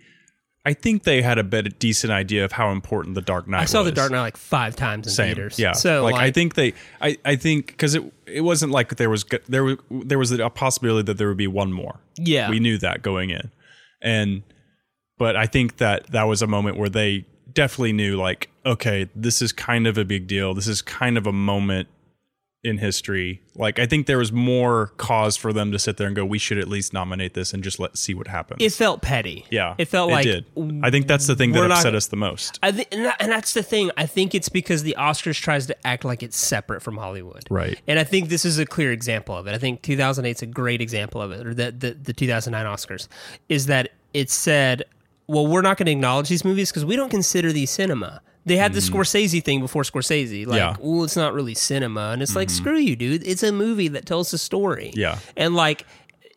I think they had a bit a decent idea of how important the Dark Knight.
I saw
was.
the Dark Knight like five times in
Same.
theaters.
Yeah.
So
like, I think they, I, I think because it it wasn't like there was go- there was there was a possibility that there would be one more.
Yeah.
we knew that going in, and but I think that that was a moment where they definitely knew like okay this is kind of a big deal this is kind of a moment in history like i think there was more cause for them to sit there and go we should at least nominate this and just let see what happens
it felt petty.
yeah
It felt like
did. i think that's the thing that
we're not-
upset us the most
I th- and, that, and that's the thing. I think it's because the Oscars tries to act like it's separate from Hollywood,
Right.
And I think this is a clear example of it. I think 2008 is a great example of it, or the the, the 2009 Oscars is that it said, "Well, we're not going to acknowledge these movies because we don't consider these cinema." They had the Scorsese thing before Scorsese, like,
Mm. Yeah. Mm-hmm.
"Well, it's not really cinema," and it's like, "Screw you, dude! It's a movie that tells a story."
Yeah.
and like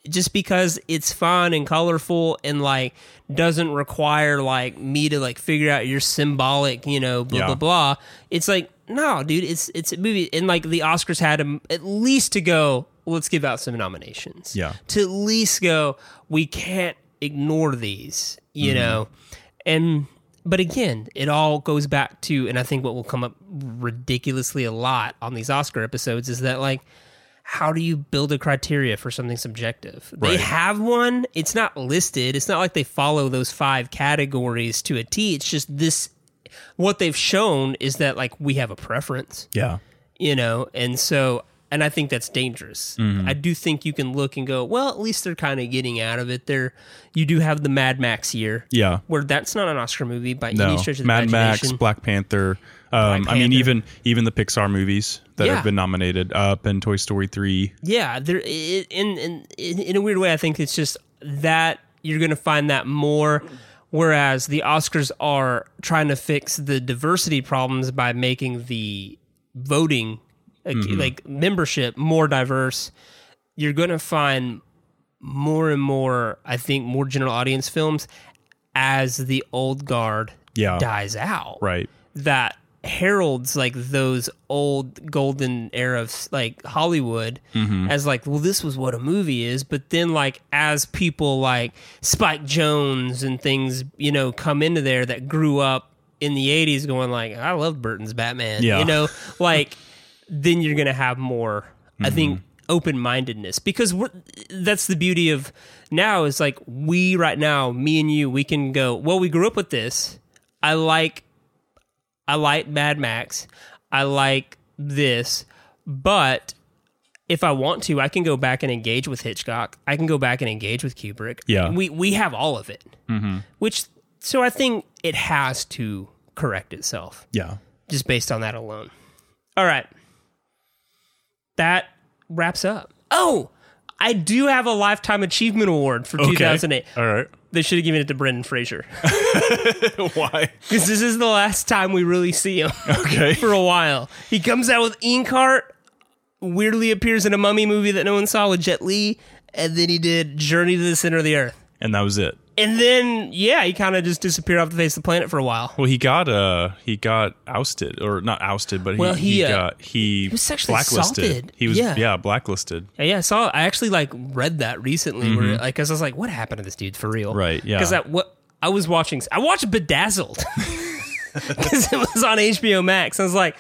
just because it's fun and colorful and like doesn't require like me to like figure out your symbolic you know blah
Yeah.
blah blah it's like no dude it's it's a movie and like the oscars had him at least to go let's give out some nominations
Yeah.
to at least go we can't ignore these you
Mm-hmm.
know and but again it all goes back to and i think what will come up ridiculously a lot on these oscar episodes is that like how do you build a criteria for something subjective? They
Right.
have one. It's not listed. It's not like they follow those five categories to a T. It's just this what they've shown is that like we have a preference
Yeah.
you know and so and i think that's dangerous
Mm-hmm.
i do think you can look and go well at least they're kind of getting out of it there you do have the mad max year
Yeah.
where that's not an oscar movie by
No.
any stretch of the
Mad Max,
imagination
Black Panther. Um, I mean,
Panther.
even even the Pixar movies that
Yeah.
have been nominated, Up and Toy Story Three.
yeah there i- in, in in in a weird way i think it's just that you're gonna find that more whereas the oscars are trying to fix the diversity problems by making the voting like, like membership more diverse you're going to find more and more, I think, more general audience films as the old guard
Yeah.
dies out.
Right.
That heralds like those old golden era of like Hollywood as like, well, this was what a movie is. But then, like, as people like Spike Jones and things, you know, come into there that grew up in the 80s going like, I love Burton's Batman.
Yeah.
You know, like, then you're going to have more, I think, open mindedness because we're, that's the beauty of now is like we right now, me and you, we can go, well, we grew up with this. I like, I like Mad Max. I like this, but if I want to, I can go back and engage with Hitchcock. I can go back and engage with Kubrick.
Yeah.
we we have all of it, which so I think it has to correct itself
Yeah.
just based on that alone. All right. That wraps up. Oh, I do have a Lifetime Achievement Award for 2008.
All right.
They should have given it to Brendan Fraser
Why?
because this is the last time we really see him
Okay.
for a while. He comes out with Inkheart, weirdly appears in a mummy movie that no one saw with Jet Li, and then he did Journey to the Center of the Earth.
And that was it.
And then, yeah, he kind of just disappeared off the face of the planet for a while.
Well, he got uh he got ousted or not ousted, but he
Well,
he,
he, uh,
got he,
was sexually
blacklisted.
assaulted.
He was
Yeah.
blacklisted.
Yeah, Yeah, I saw. I actually like read that recently, where like 'cause I was like, "What happened to this dude for real?"
Mm-hmm. Right, yeah.
Because that what I was watching. I watched Bedazzled because it was on HBO Max. I was like,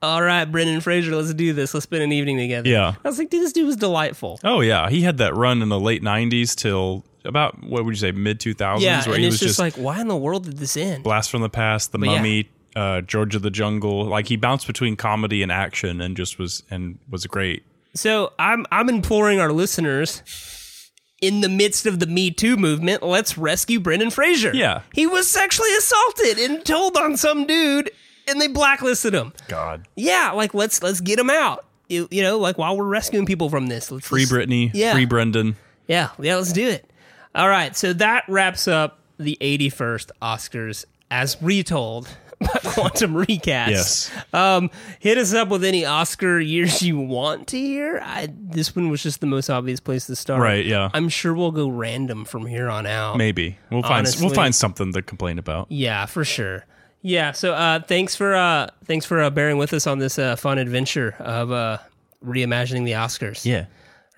"All right, Brendan Fraser, let's do this. Let's spend an evening together."
Yeah.
I was like, "Dude, this dude was delightful."
Oh yeah, he had that run in the late '90s till about what would you say mid 2000s,
yeah,
where
and
he
it's
was
just,
just,
like, why in the world did this end?
Blast from the Past, The
But yeah.
Mummy, uh, George of the Jungle. Like he bounced between comedy and action, and just was and was great.
So I'm I'm imploring our listeners. In the midst of the Me Too movement, let's rescue Brendan Fraser.
Yeah.
He was sexually assaulted and told on some dude and they blacklisted him.
God,
yeah, like let's let's get them out. You, you know, like while we're rescuing people from this, let's
free
let's-
Britney,
Yeah.
free Brendan.
Yeah, yeah, let's do it. All right, so that wraps up the 81st Oscars as retold by Quantum Recast.
Yes.
Um, hit us up with any Oscar years you want to hear. I, this one was just the most obvious place to start.
Right, yeah.
I'm sure we'll go random from here on out.
Maybe we'll find
Honestly.
we'll find something to complain about.
Yeah, for sure. Yeah, so uh, thanks for uh, thanks for uh, bearing with us on this uh, fun adventure of uh, reimagining the Oscars.
Yeah.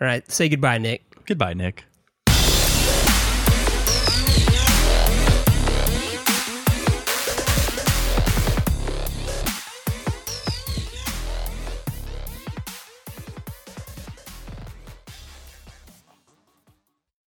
All right, say goodbye, Nick.
Goodbye, Nick.